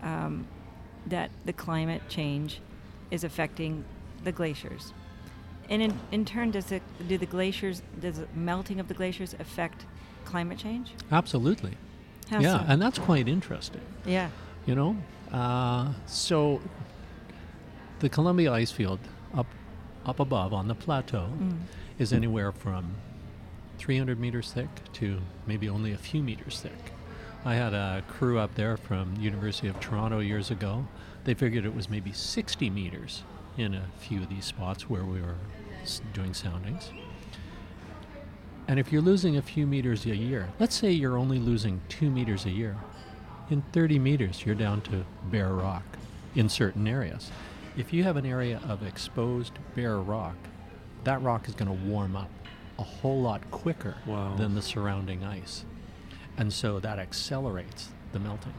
Speaker 2: um, that the climate change is affecting the glaciers, and in, in turn, does it do the glaciers does the melting of the glaciers affect climate change?
Speaker 1: absolutely.
Speaker 2: How
Speaker 1: yeah,
Speaker 2: so?
Speaker 1: and that's quite interesting.
Speaker 2: yeah,
Speaker 1: you know uh, so the columbia ice field up up above on the plateau is anywhere from 300 meters thick to maybe only a few meters thick i had a crew up there from university of toronto years ago they figured it was maybe 60 meters in a few of these spots where we were s- doing soundings and if you're losing a few meters a year let's say you're only losing two meters a year in 30 meters, you're down to bare rock in certain areas. If you have an area of exposed bare rock, that rock is going to warm up a whole lot quicker
Speaker 3: Wow.
Speaker 1: than the surrounding ice. And so that accelerates the melting.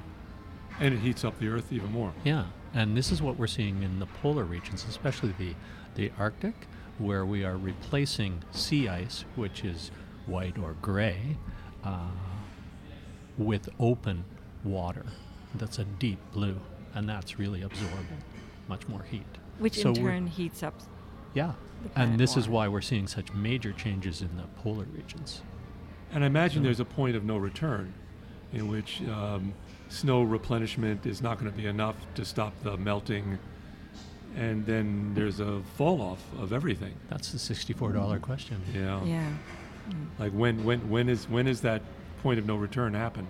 Speaker 3: And it heats up the earth even more.
Speaker 1: Yeah, and this is what we're seeing in the polar regions, especially the, the Arctic, where we are replacing sea ice, which is white or gray, uh, with open water that's a deep blue, and that's really absorbing much more heat.
Speaker 2: which
Speaker 1: So
Speaker 2: in
Speaker 1: we're-
Speaker 2: turn heats up.
Speaker 1: yeah,
Speaker 2: the planet
Speaker 1: and this is
Speaker 2: more.
Speaker 1: why we're seeing such major changes in the polar regions.
Speaker 3: And I imagine there's a point of no return in which um, snow replenishment is not going to be enough to stop the melting. And then there's a fall off of everything.
Speaker 1: That's the sixty-four dollar question.
Speaker 3: Yeah.
Speaker 2: Yeah.
Speaker 3: Like when, when, when is when is that point of no return happen?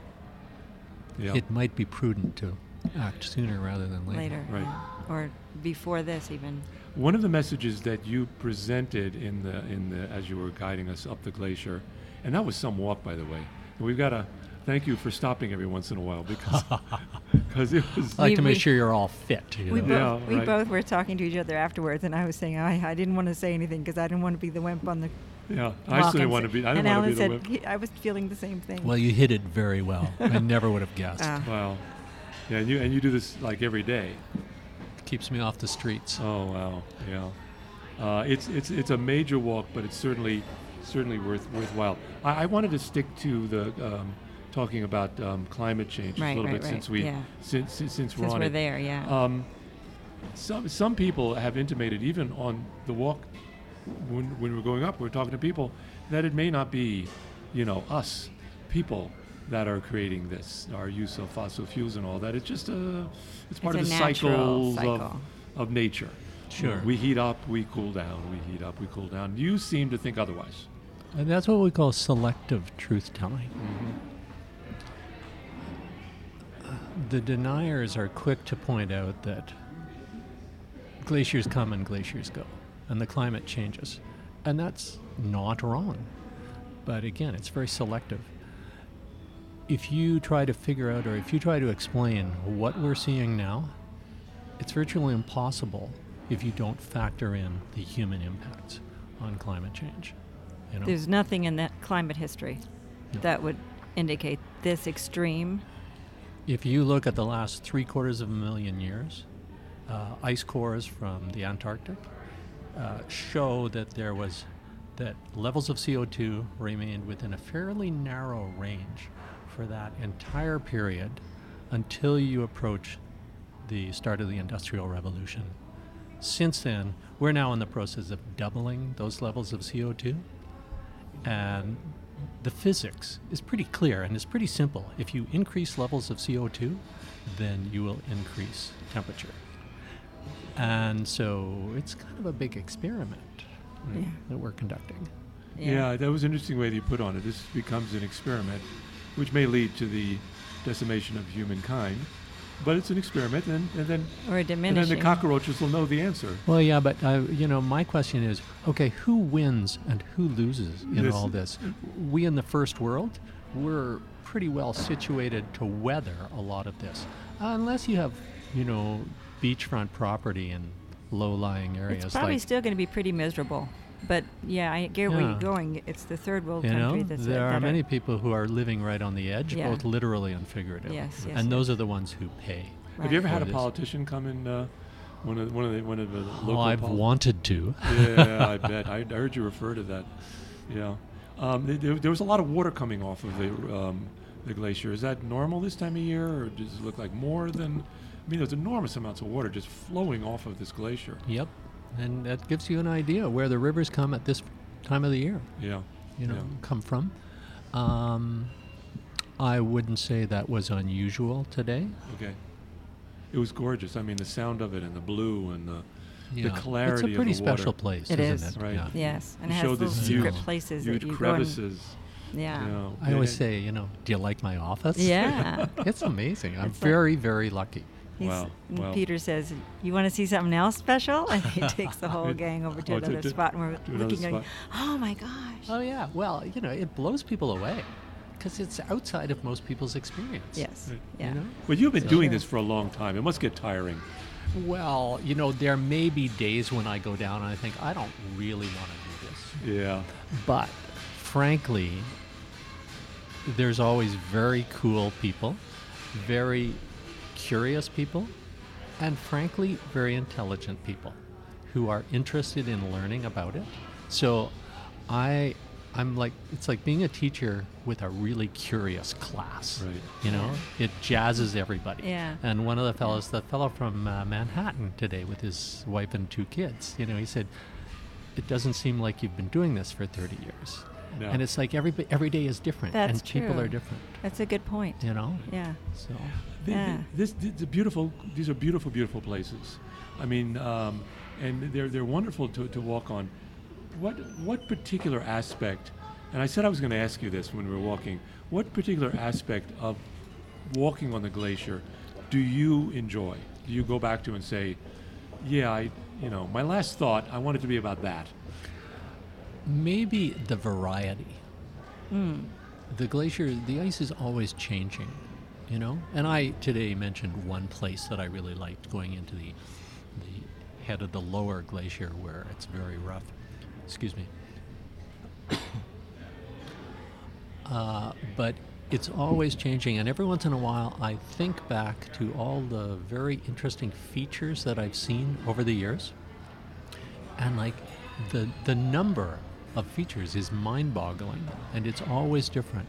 Speaker 3: Yeah.
Speaker 1: It might be prudent to act sooner rather than later.
Speaker 2: later.
Speaker 3: Right.
Speaker 2: yeah. Or before this, even.
Speaker 3: One of the messages that you presented in the in the as you were guiding us up the glacier, and that was some walk, by the way. And we've got to thank you for stopping every once in a while because because it was
Speaker 1: I like
Speaker 2: We-
Speaker 1: to make
Speaker 2: we-
Speaker 1: sure you're all fit. You
Speaker 2: We
Speaker 1: know?
Speaker 2: both,
Speaker 3: Yeah,
Speaker 2: we
Speaker 3: right.
Speaker 2: both were talking to each other afterwards, and I was saying I, I didn't want to say anything because I didn't want to be the wimp on the
Speaker 3: Yeah, I certainly
Speaker 2: Hawkins.
Speaker 3: want to be. I don't
Speaker 2: and
Speaker 3: want to
Speaker 2: Alan
Speaker 3: be the
Speaker 2: said
Speaker 3: whip.
Speaker 2: he- I was feeling the same thing.
Speaker 1: Well, you hit it very well. I never would have guessed.
Speaker 2: Ah.
Speaker 3: Wow. Yeah, and you and you do this like every day.
Speaker 1: Keeps me off the streets.
Speaker 3: Oh wow. Yeah. Uh, it's it's it's a major walk, but it's certainly certainly worth worthwhile. I, I wanted to stick to the um, talking about um, climate change
Speaker 2: Right,
Speaker 3: a little
Speaker 2: right,
Speaker 3: bit
Speaker 2: right,
Speaker 3: since we
Speaker 2: yeah.
Speaker 3: since since, since we're
Speaker 2: Since
Speaker 3: on
Speaker 2: we're
Speaker 3: it.
Speaker 2: there, yeah.
Speaker 3: Um, some some people have intimated, even on the walk, when when we're going up, we're talking to people that it may not be, you know, us people that are creating this, our use of fossil fuels and all that. It's just a, it's part
Speaker 2: It's
Speaker 3: of
Speaker 2: a
Speaker 3: the cycles
Speaker 2: natural cycle.
Speaker 3: of of nature.
Speaker 1: Sure.
Speaker 3: We heat up, we cool down. We heat up, we cool down. You seem to think otherwise.
Speaker 1: And that's what we call selective truth telling. The deniers are quick to point out that glaciers come and glaciers go, and the climate changes. And that's not wrong. But again, it's very selective. If you try to figure out or if you try to explain what we're seeing now, it's virtually impossible if you don't factor in the human impacts on climate change. You know?
Speaker 2: There's nothing in that climate history
Speaker 1: No.
Speaker 2: that would indicate this extreme.
Speaker 1: If you look at the last three quarters of a million years, uh, ice cores from the Antarctic uh, show that there was that levels of CO2 remained within a fairly narrow range for that entire period until you approach the start of the Industrial Revolution. Since then, we're now in the process of doubling those levels of CO2 and the physics is pretty clear and it's pretty simple. If you increase levels of CO2, then you will increase temperature. And so it's kind of a big experiment
Speaker 2: Yeah.
Speaker 1: that we're conducting.
Speaker 3: Yeah, that was an interesting way that you put on it. This becomes an experiment, which may lead to the decimation of humankind, but it's an experiment, and, and then
Speaker 2: Or
Speaker 3: and then the
Speaker 2: diminishing.
Speaker 3: cockroaches will know the answer.
Speaker 1: Well, yeah, but uh, you know, my question is, okay, who wins and who loses in
Speaker 3: This-
Speaker 1: all this? We in the first world, we're pretty well situated to weather a lot of this, unless you have, you know, beachfront property in low-lying areas.
Speaker 2: it's probably
Speaker 1: like,
Speaker 2: still going to be pretty miserable. But yeah, I get where
Speaker 1: Yeah.
Speaker 2: you're going. It's the third world
Speaker 1: you
Speaker 2: country
Speaker 1: know,
Speaker 2: that's
Speaker 1: there
Speaker 2: that
Speaker 1: are many people who are living right on the edge,
Speaker 2: Yeah.
Speaker 1: both literally and figuratively.
Speaker 2: Yes, yes,
Speaker 1: and
Speaker 2: yes.
Speaker 1: those are the ones who pay.
Speaker 3: Have you ever
Speaker 1: Right.
Speaker 3: had a
Speaker 1: It is.
Speaker 3: politician come in? Uh, one of one of the one of the local.
Speaker 1: Well, Oh, I've
Speaker 3: poli-
Speaker 1: wanted to.
Speaker 3: yeah, I bet. I, I heard you refer to that. Yeah. Um, th- there, there was a lot of water coming off of the um, the glacier. Is that normal this time of year, or does it look like more than? I mean, there's enormous amounts of water just flowing off of this glacier.
Speaker 1: Yep, and that gives you an idea where the rivers come at this time of the year.
Speaker 3: Yeah.
Speaker 1: you know,
Speaker 3: Yeah.
Speaker 1: come from. Um, I wouldn't say that was unusual today.
Speaker 3: Okay. It was gorgeous. I mean, the sound of it and the blue and the
Speaker 1: Yeah.
Speaker 3: clarity
Speaker 1: It's
Speaker 3: of
Speaker 1: a
Speaker 3: the
Speaker 1: pretty special
Speaker 3: water.
Speaker 1: place,
Speaker 2: It
Speaker 1: isn't
Speaker 2: is.
Speaker 1: it?
Speaker 3: Right.
Speaker 1: Yeah.
Speaker 2: Yes, and
Speaker 3: You
Speaker 2: it has
Speaker 3: show
Speaker 2: little
Speaker 3: this
Speaker 2: secret
Speaker 3: huge-
Speaker 2: places
Speaker 3: huge
Speaker 2: that you go
Speaker 3: crevices.
Speaker 2: and yeah,
Speaker 3: you know,
Speaker 1: I always
Speaker 3: it-
Speaker 1: say, you know, do you like my office?
Speaker 2: yeah.
Speaker 1: it's amazing. I'm
Speaker 2: It's like-
Speaker 1: very, very lucky.
Speaker 2: He's-
Speaker 3: Wow,
Speaker 2: and
Speaker 3: wow.
Speaker 2: Peter says, "You want to see something else special?" And he takes the whole gang over to
Speaker 3: Oh, to-
Speaker 2: another
Speaker 3: to-
Speaker 2: spot, and we're
Speaker 3: to another
Speaker 2: looking at,
Speaker 3: spot.
Speaker 2: "Oh my gosh!"
Speaker 1: Oh, yeah. Well, you know, it blows people away because it's outside of most people's experience.
Speaker 2: Yes,
Speaker 3: Right.
Speaker 2: yeah.
Speaker 1: You know?
Speaker 3: Well, you've been doing
Speaker 2: Sure.
Speaker 3: this for a long time. It must get tiring.
Speaker 1: Well, you know, there may be days when I go down and I think, I don't really want to do this.
Speaker 3: Yeah.
Speaker 1: But frankly, there's always very cool people, very curious people, and frankly, very intelligent people who are interested in learning about it. So I I'm like it's like being a teacher with a really curious class.
Speaker 3: Right.
Speaker 1: You know, it jazzes everybody.
Speaker 2: Yeah.
Speaker 1: And one of the fellows, the fellow from uh, Manhattan today with his wife and two kids, you know, he said, it doesn't seem like you've been doing this for 30 years.
Speaker 3: No.
Speaker 1: And it's like every, every day is different
Speaker 2: That's
Speaker 1: and people
Speaker 2: true.
Speaker 1: are different,
Speaker 2: That's a good point.
Speaker 1: you know?
Speaker 2: Yeah.
Speaker 1: So,
Speaker 3: Th- th-
Speaker 2: Yeah.
Speaker 3: This, th- the beautiful. These are beautiful, beautiful places. I mean, um, and they're they're wonderful to, to walk on. What what particular aspect? And I said I was going to ask you this when we were walking. What particular aspect of walking on the glacier do you enjoy? Do you go back to and say, yeah, I you know my last thought I wanted to be about that.
Speaker 1: maybe the variety. The glacier, the ice is always changing, you know? And I today mentioned one place that I really liked going into the, the head of the lower glacier where it's very rough. Excuse me. Uh, but it's always changing, and every once in a while, I think back to all the very interesting features that I've seen over the years, and like the the number of features is mind-boggling, and it's always different.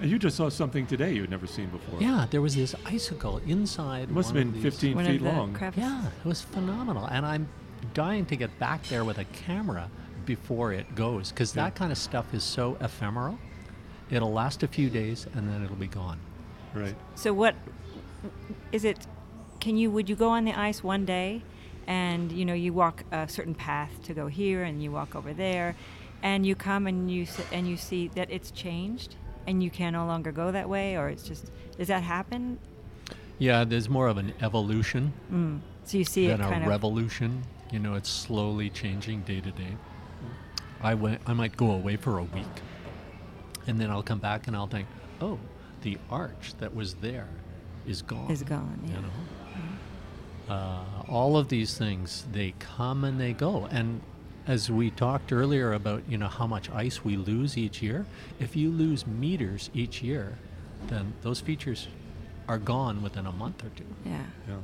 Speaker 3: And you just saw something today you had never seen before.
Speaker 1: Yeah, there was this icicle inside.
Speaker 3: It must have
Speaker 1: one of
Speaker 3: been
Speaker 1: these-
Speaker 3: 15
Speaker 2: One
Speaker 3: feet
Speaker 2: of the
Speaker 3: long.
Speaker 2: crevices.
Speaker 1: yeah, it was phenomenal. And I'm dying to get back there with a camera before it goes because that kind of stuff is so ephemeral. It'll last a few days and then it'll be gone.
Speaker 3: Right.
Speaker 2: So what is it? Can you would you go on the ice one day, and you know you walk a certain path to go here, and you walk over there, and you come and you s- and you see that it's changed, and you can no longer go that way, or it's just does that happen?
Speaker 1: Yeah, there's more of an evolution
Speaker 2: So you see it
Speaker 1: than a
Speaker 2: kind of
Speaker 1: revolution. You know, it's slowly changing day to day. I went, I might go away for a week, and then I'll come back and I'll think, oh, the arch that was there is gone.
Speaker 2: is gone. Yeah. Mm-hmm.
Speaker 1: you know uh, all of these things they come and they go and as we talked earlier about you know how much ice we lose each year if you lose meters each year then those features are gone within a month or two
Speaker 2: yeah.
Speaker 3: Yeah.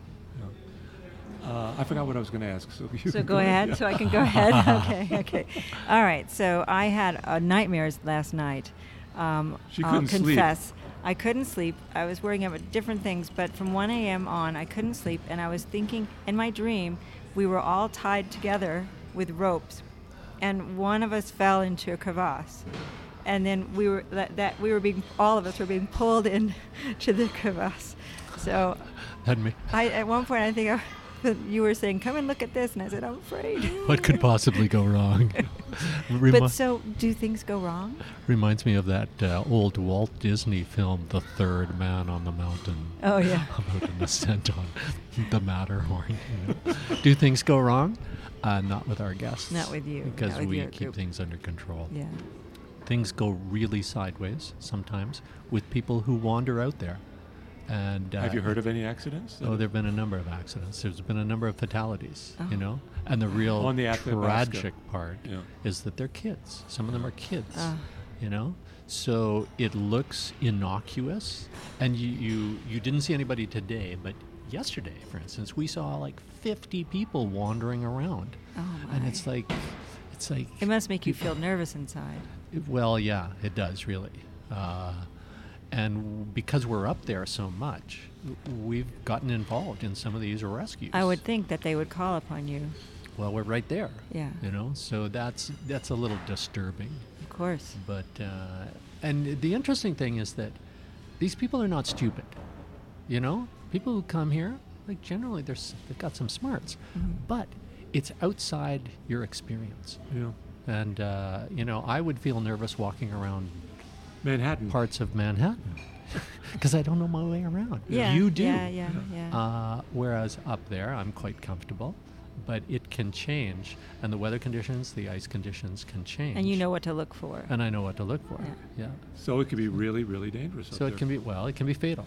Speaker 3: yeah. Uh, I forgot what I was going to ask. So, you
Speaker 2: So go ahead, so I can go ahead. okay, okay. All right. So I had uh, nightmares last night. Um,
Speaker 3: She
Speaker 2: I'll
Speaker 3: couldn't sleep.
Speaker 2: confess, I couldn't sleep. I was worrying about different things, but from 1 a.m. on, I couldn't sleep, and I was thinking in my dream we were all tied together with ropes, and one of us fell into a crevasse. And then we were that, that we were being all of us were being pulled in to the crevasse. So
Speaker 1: and me,
Speaker 2: I, at one point, I think I, that you were saying, "Come and look at this," and I said, "I'm afraid."
Speaker 1: what could possibly go wrong Remi-
Speaker 2: But so, do things go wrong?
Speaker 1: reminds me of that uh, old walt disney film the third man on the mountain
Speaker 2: Oh yeah.
Speaker 1: about an ascent on the Matterhorn. you know. Do things go wrong? Uh, not with our guests.
Speaker 2: Not with you, not
Speaker 1: Because
Speaker 2: with
Speaker 1: we
Speaker 2: your
Speaker 1: keep
Speaker 2: group.
Speaker 1: things under control.
Speaker 2: Yeah.
Speaker 1: Things go really sideways sometimes with people who wander out there. And uh,
Speaker 3: Have you heard of any accidents?
Speaker 1: Oh, there have been a number of accidents. There's been a number of fatalities,
Speaker 2: Oh.
Speaker 1: you know? And the real
Speaker 3: On the Athabasca.
Speaker 1: tragic part
Speaker 3: Yeah.
Speaker 1: is that they're kids. Some of them are kids,
Speaker 2: Ah.
Speaker 1: you know? So it looks innocuous. And you, you, you didn't see anybody today, but yesterday, for instance, we saw like 50 people wandering around.
Speaker 2: Oh
Speaker 1: And
Speaker 2: my.
Speaker 1: it's like, it's like,
Speaker 2: It must make you feel nervous inside.
Speaker 1: it- Well, yeah, it does really. Uh, and w- because we're up there so much, w- we've gotten involved in some of these rescues.
Speaker 2: I would think that they would call upon you.
Speaker 1: Well, we're right there.
Speaker 2: Yeah.
Speaker 1: You know, so that's that's a little disturbing.
Speaker 2: Of course.
Speaker 1: But uh, and the interesting thing is that these people are not stupid. You know, people who come here, like generally, they're, s- they've got some smarts,
Speaker 2: Mm-hmm.
Speaker 1: but it's outside your experience.
Speaker 3: Yeah.
Speaker 1: And uh, you know, I would feel nervous walking around
Speaker 3: Manhattan.
Speaker 1: parts of Manhattan because I don't know my way around.
Speaker 2: Yeah.
Speaker 1: You do.
Speaker 2: Yeah, yeah, yeah.
Speaker 1: Uh, whereas up there, I'm quite comfortable, but it can change, and the weather conditions, the ice conditions can change.
Speaker 2: and you know what to look for.
Speaker 1: And I know what to look for. Yeah.
Speaker 3: So it could be really, really dangerous. up
Speaker 1: So
Speaker 3: there.
Speaker 1: it can be well, it can be fatal.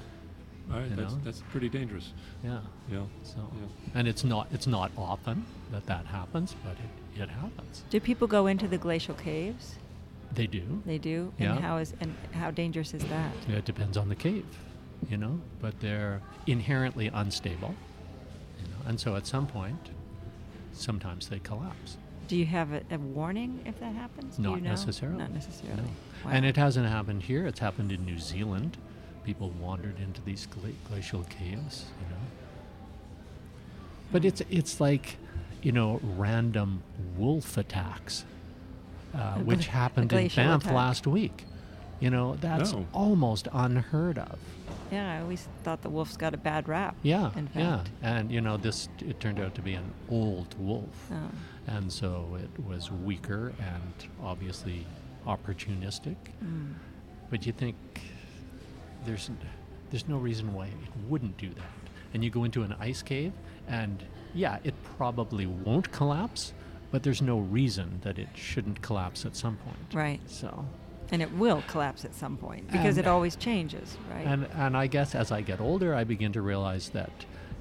Speaker 3: All right,
Speaker 1: you
Speaker 3: that's,
Speaker 1: know?
Speaker 3: that's pretty dangerous.
Speaker 1: Yeah.
Speaker 3: Yeah.
Speaker 1: So,
Speaker 3: Yeah.
Speaker 1: and it's not it's not often that that happens, but it, it happens.
Speaker 2: do people go into the glacial caves?
Speaker 1: They do.
Speaker 2: They do.
Speaker 1: Yeah.
Speaker 2: And how is and how dangerous is that?
Speaker 1: It depends on the cave, you know, but they're inherently unstable. You know, and so at some point, sometimes they collapse.
Speaker 2: Do you have a, a warning if that happens? Do
Speaker 1: Not
Speaker 2: you know?
Speaker 1: necessarily.
Speaker 2: Not necessarily.
Speaker 1: No.
Speaker 2: Wow.
Speaker 1: And it hasn't happened here. It's happened in New Zealand. People wandered into these gla- glacial caves, you know. But it's it's like, you know, random wolf attacks, uh,
Speaker 2: A
Speaker 1: which
Speaker 2: gla- a
Speaker 1: happened in
Speaker 2: glacial
Speaker 1: Banff
Speaker 2: attack.
Speaker 1: last week. You know, that's
Speaker 3: No.
Speaker 1: almost unheard of.
Speaker 2: Yeah, I always thought the wolf's got a bad rap.
Speaker 1: Yeah,
Speaker 2: In fact.
Speaker 1: yeah, and you know this. It turned out to be an old wolf,
Speaker 2: Oh.
Speaker 1: and so it was weaker and obviously opportunistic.
Speaker 2: Mm.
Speaker 1: But you think there's n- there's no reason why it wouldn't do that. And you go into an ice cave, and yeah, it probably won't collapse, but there's no reason that it shouldn't collapse at some point.
Speaker 2: Right.
Speaker 1: So,
Speaker 2: And it will collapse at some point because
Speaker 1: And-
Speaker 2: it always changes, right?
Speaker 1: and and I guess as I get older, I begin to realize that,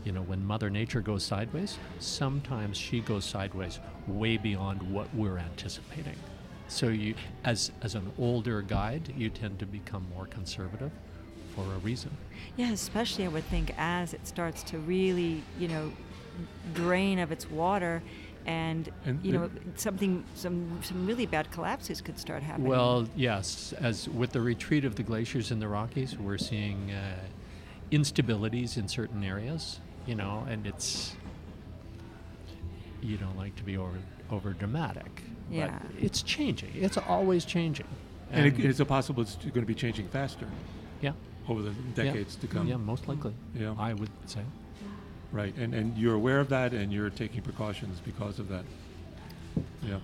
Speaker 1: you know, when Mother Nature goes sideways, sometimes she goes sideways way beyond what we're anticipating. So you, as as an older guide, you tend to become more conservative, for a reason.
Speaker 2: Yeah, especially I would think as it starts to really, you know, drain of its water, and,
Speaker 1: And
Speaker 2: you
Speaker 1: the-
Speaker 2: know something, some some really bad collapses could start happening.
Speaker 1: Well, yes, as with the retreat of the glaciers in the Rockies, we're seeing uh, instabilities in certain areas. You know, and it's you don't like to be over over dramatic.
Speaker 2: Yeah.
Speaker 1: But it's changing. It's always changing.
Speaker 3: And, it, it's a possible it's going to be changing faster
Speaker 1: yeah,
Speaker 3: over the decades to come.
Speaker 1: Yeah, most likely.
Speaker 3: Yeah.
Speaker 1: I would say.
Speaker 3: Right, and, and you're aware of that and you're taking precautions because of that. Yeah.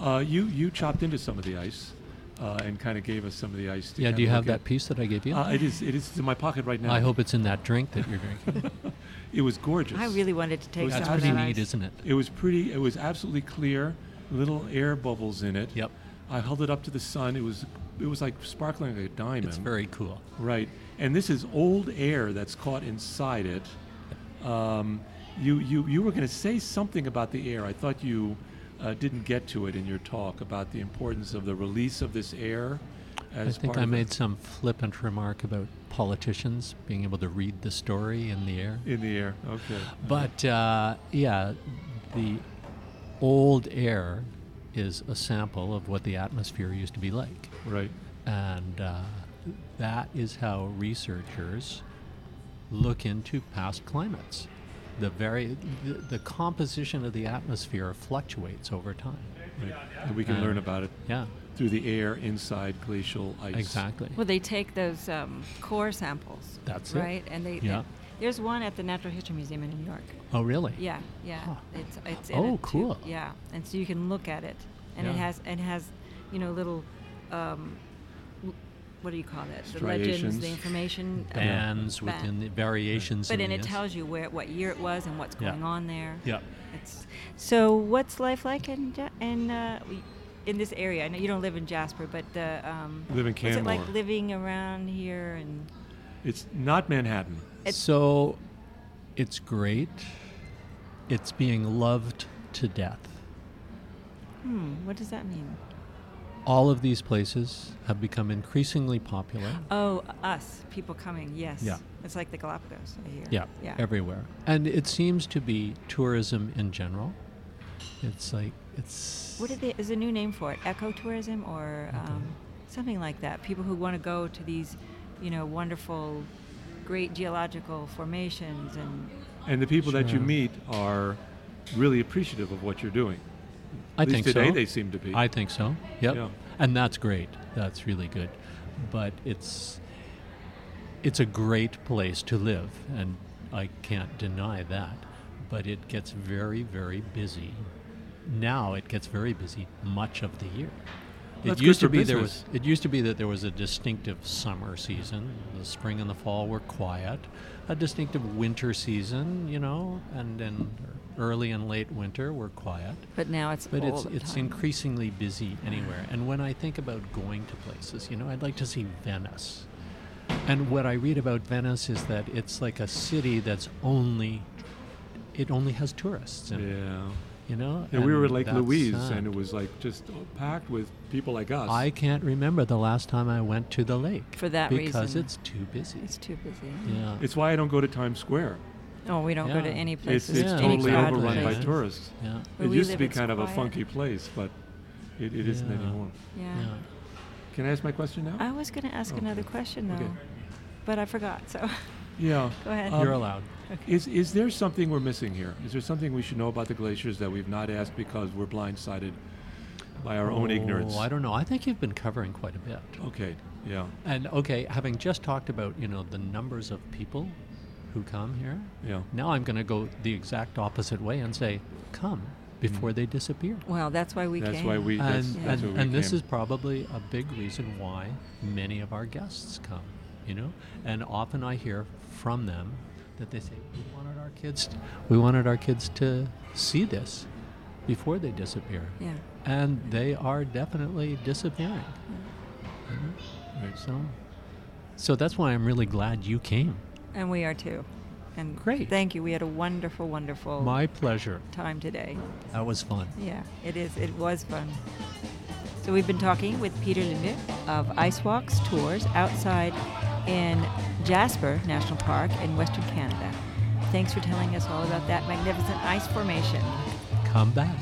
Speaker 3: Uh, you, you chopped into some of the ice uh, and kind of gave us some of the ice. To
Speaker 1: Yeah.
Speaker 3: kinda
Speaker 1: Do you have
Speaker 3: look
Speaker 1: that
Speaker 3: at.
Speaker 1: piece that I gave you?
Speaker 3: Uh, it, is, it is in my pocket right now.
Speaker 1: I hope it's in that drink that you're drinking.
Speaker 3: It was gorgeous.
Speaker 2: I really wanted to take
Speaker 3: Those
Speaker 2: some
Speaker 1: That's
Speaker 2: of
Speaker 1: pretty
Speaker 2: that
Speaker 1: neat,
Speaker 2: ice.
Speaker 1: isn't it?
Speaker 3: It was pretty, it was absolutely clear, little air bubbles in it.
Speaker 1: Yep.
Speaker 3: I held it up to the sun. It was, it was like sparkling like a diamond.
Speaker 1: It's very cool.
Speaker 3: Right, and this is old air that's caught inside it. Um, you, you, you were going to say something about the air. I thought you uh, didn't get to it in your talk about the importance of the release of this air.
Speaker 1: I
Speaker 3: As
Speaker 1: think
Speaker 3: part
Speaker 1: I
Speaker 3: of
Speaker 1: made some flippant remark about politicians being able to read the story in the air.
Speaker 3: in the air. Okay.
Speaker 1: But uh, yeah, the old air is a sample of what the atmosphere used to be like.
Speaker 3: Right.
Speaker 1: And uh, that is how researchers look into past climates. The very the, the composition of the atmosphere fluctuates over time.
Speaker 3: right. And we can
Speaker 1: Um,
Speaker 3: learn about it
Speaker 1: Yeah,
Speaker 3: through the air inside glacial ice.
Speaker 1: exactly.
Speaker 2: Well, they take those um, core samples.
Speaker 1: That's it.
Speaker 2: right, and they, they-
Speaker 1: Yeah.
Speaker 2: there's one at the Natural History Museum in New York.
Speaker 1: Oh, really?
Speaker 2: Yeah, yeah.
Speaker 1: Huh.
Speaker 2: It's it's in
Speaker 1: Oh,
Speaker 2: it too.
Speaker 1: cool.
Speaker 2: Yeah, and so you can look at it, and it
Speaker 1: Yeah.
Speaker 2: has it has, you know, little, um, w- what do you call that? The legends,
Speaker 3: Striations.
Speaker 2: the information. uh,
Speaker 1: bands
Speaker 2: ban-
Speaker 1: within the variations.
Speaker 2: But
Speaker 1: in
Speaker 2: and it
Speaker 1: this.
Speaker 2: tells you where what year it was and what's
Speaker 1: Yeah.
Speaker 2: going on there.
Speaker 1: Yeah.
Speaker 2: It's, so what's life like in Ja- in uh, w- in this area? I know you don't live in Jasper, but the um,
Speaker 3: Live in
Speaker 2: What's it like
Speaker 3: Canmore.
Speaker 2: living around here and
Speaker 3: It's not Manhattan.
Speaker 2: It's-
Speaker 1: so it's great. It's being loved to death.
Speaker 2: hmm, what does that mean?
Speaker 1: All of these places have become increasingly popular.
Speaker 2: Oh, us people coming. Yes.
Speaker 1: Yeah.
Speaker 2: It's like the Galapagos. I hear.
Speaker 1: Yeah,
Speaker 2: Yeah.
Speaker 1: everywhere. And it seems to be tourism in general. It's like it's
Speaker 2: What are they, is a new name for it? Ecotourism or um, something like that? People who want to go to these, you know, wonderful, great geological formations and
Speaker 3: And the people that you
Speaker 1: Sure.
Speaker 3: meet are really appreciative of what you're doing.
Speaker 1: I
Speaker 3: At least
Speaker 1: think
Speaker 3: today
Speaker 1: so.
Speaker 3: they seem to be.
Speaker 1: I think so. Yep.
Speaker 3: Yeah.
Speaker 1: And that's great. That's really good. But it's it's a great place to live and I can't deny that. But it gets very, very busy. Now it gets very busy much of the year. It
Speaker 3: That's good
Speaker 1: used
Speaker 3: for
Speaker 1: to be there was
Speaker 3: business.
Speaker 1: it used to be that there was a distinctive summer season. The spring and the fall were quiet. A distinctive winter season, you know, and then early and late winter were quiet.
Speaker 2: but now it's
Speaker 1: But
Speaker 2: all
Speaker 1: it's
Speaker 2: the
Speaker 1: it's
Speaker 2: time.
Speaker 1: increasingly busy anywhere. And when I think about going to places, you know, I'd like to see Venice. And what I read about Venice is that it's like a city that's only it only has tourists in it,
Speaker 3: Yeah.
Speaker 1: you know?
Speaker 3: And we were at Lake
Speaker 1: that's
Speaker 3: Louise,
Speaker 1: sad.
Speaker 3: and it was like just packed with people like us.
Speaker 1: I can't remember the last time I went to the lake
Speaker 2: For that
Speaker 1: because
Speaker 2: reason.
Speaker 1: it's too busy.
Speaker 2: It's too busy.
Speaker 1: yeah.
Speaker 3: it's why I don't go to Times Square.
Speaker 2: No, we don't go to
Speaker 1: Yeah.
Speaker 2: any
Speaker 3: It's,
Speaker 2: places.
Speaker 3: it's
Speaker 1: Yeah.
Speaker 2: any
Speaker 3: totally
Speaker 1: Exactly.
Speaker 2: crowded
Speaker 3: overrun by
Speaker 2: places.
Speaker 3: tourists.
Speaker 1: yeah.
Speaker 2: Where
Speaker 3: it
Speaker 2: we
Speaker 3: used to
Speaker 2: live,
Speaker 3: be
Speaker 2: it's
Speaker 3: kind of a
Speaker 2: quiet.
Speaker 3: funky place, but it, it isn't
Speaker 1: Yeah.
Speaker 3: anymore.
Speaker 2: Yeah.
Speaker 1: Yeah.
Speaker 3: Can I ask my question now?
Speaker 2: I was going to ask
Speaker 3: Okay.
Speaker 2: another question though,
Speaker 3: Okay.
Speaker 2: but I forgot. So
Speaker 3: yeah.
Speaker 2: go ahead.
Speaker 3: Um,
Speaker 1: You're allowed.
Speaker 3: Is, is there something we're missing here? Is there something we should know about the glaciers that we've not asked because we're blindsided by our own ignorance?
Speaker 1: Oh, I don't know. I think you've been covering quite a bit.
Speaker 3: Okay. Yeah.
Speaker 1: And okay, having just talked about, you know, the numbers of people who come here,
Speaker 3: Yeah.
Speaker 1: now I'm going to go the exact opposite way and say, come before they disappear.
Speaker 2: well, that's why we
Speaker 3: that's
Speaker 2: came.
Speaker 3: why we. That's,
Speaker 1: and
Speaker 3: that's
Speaker 1: and,
Speaker 3: why we
Speaker 1: and this
Speaker 3: came.
Speaker 1: is probably a big reason why many of our guests come, you know? And often I hear from them that they say, we wanted our kids, we wanted our kids to see this before they disappear.
Speaker 2: Yeah.
Speaker 1: And they are definitely disappearing.
Speaker 3: Right.
Speaker 1: So, so that's why I'm really glad you came.
Speaker 2: And we are too. And
Speaker 1: Great.
Speaker 2: Thank you. We had a wonderful, wonderful
Speaker 1: My pleasure.
Speaker 2: time today.
Speaker 1: That was fun.
Speaker 2: Yeah, it is. It was fun. So we've been talking with Peter Linde of Ice Walks Tours outside in Jasper National Park in Western Canada. Thanks for telling us all about that magnificent ice formation.
Speaker 4: Come back.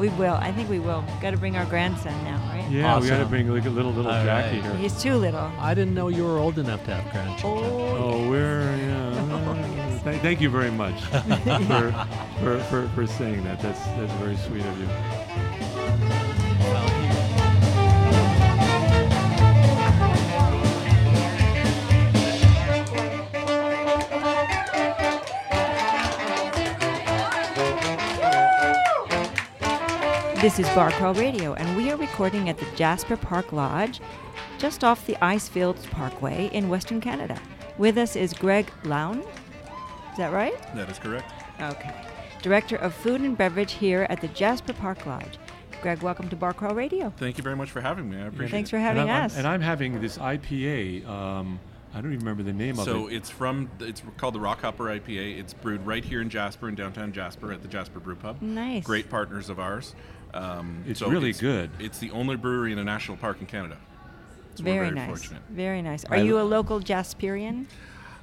Speaker 2: We will. I think we will. Got to bring our grandson now, right?
Speaker 3: Yeah, we got to
Speaker 4: Awesome.
Speaker 3: bring like a little little
Speaker 4: All
Speaker 3: Jackie
Speaker 4: right.
Speaker 3: here.
Speaker 2: He's too little.
Speaker 4: I didn't know you were old enough to have grandchildren.
Speaker 3: Oh, we're yeah. Th- thank you very much for, for, for for saying that. That's that's very sweet of you.
Speaker 4: Well, you-
Speaker 2: This is Bar Crawl Radio, and we are recording at the Jasper Park Lodge, just off the Icefields Parkway in Western Canada. With us is Greg Lown. Is that right?
Speaker 5: That is correct.
Speaker 2: Okay. Director of Food and Beverage here at the Jasper Park Lodge. Greg, welcome to Bar Crawl Radio.
Speaker 5: Thank you very much for having me. I appreciate
Speaker 2: Thanks
Speaker 5: it.
Speaker 2: for having
Speaker 3: and I'm, I'm-
Speaker 2: us.
Speaker 3: and I'm having this IPA. Um, I don't even remember the name
Speaker 5: So
Speaker 3: of it.
Speaker 5: it's from it's called the Rock Hopper IPA. It's brewed right here in Jasper, in downtown Jasper, at the Jasper Brew Pub.
Speaker 2: Nice.
Speaker 5: Great partners of ours. Um,
Speaker 3: It's really good.
Speaker 5: It's the only brewery in a national park in Canada. So we're
Speaker 2: very
Speaker 5: very
Speaker 2: nice.
Speaker 5: fortunate.
Speaker 2: Very nice. Are
Speaker 3: I-
Speaker 2: you a local Jasperian?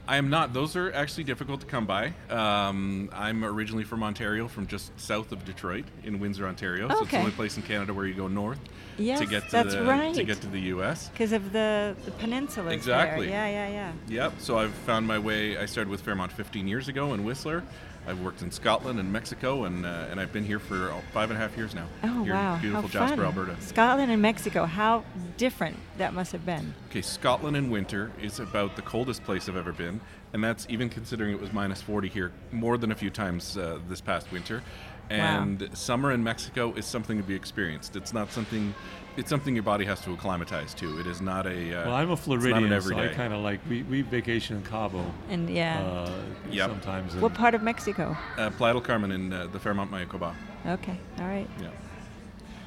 Speaker 5: I am not. Those are actually difficult to come by. Um, I'm originally from Ontario, from just south of Detroit in Windsor, Ontario. So it's the
Speaker 2: Okay.
Speaker 5: only place in Canada where you go north
Speaker 2: Yes,
Speaker 5: to get to
Speaker 2: that's
Speaker 5: the to
Speaker 2: right.
Speaker 5: get to the U.S.
Speaker 2: Because of the, the peninsula. there.
Speaker 5: Exactly.
Speaker 2: Yeah, yeah, yeah.
Speaker 5: Yep. So I've found my way. I started with Fairmont 15 years ago in Whistler. I've worked in Scotland and Mexico, and uh, and I've been here for uh, five and a half years now.
Speaker 2: Oh,
Speaker 5: here
Speaker 2: wow.
Speaker 5: In beautiful
Speaker 2: how
Speaker 5: Jasper,
Speaker 2: fun.
Speaker 5: Alberta.
Speaker 2: Scotland and Mexico. How different that must have been.
Speaker 5: Okay, Scotland in winter is about the coldest place I've ever been, and that's even considering it was minus 40 here more than a few times uh, this past winter. And summer in Mexico is something to be experienced. It's not something. It's something your body has to acclimatize to. It is not a. Uh,
Speaker 3: well, I'm a
Speaker 5: it's not an
Speaker 3: Floridian, so I
Speaker 5: everyday.
Speaker 3: kind of like we, we vacation in Cabo
Speaker 2: And yeah.
Speaker 3: uh,
Speaker 5: Yep.
Speaker 3: sometimes.
Speaker 2: what
Speaker 3: and-
Speaker 2: part of Mexico?
Speaker 5: uh, Playa del Carmen in uh, the Fairmont Mayacoba.
Speaker 2: Okay. All right.
Speaker 5: Yeah.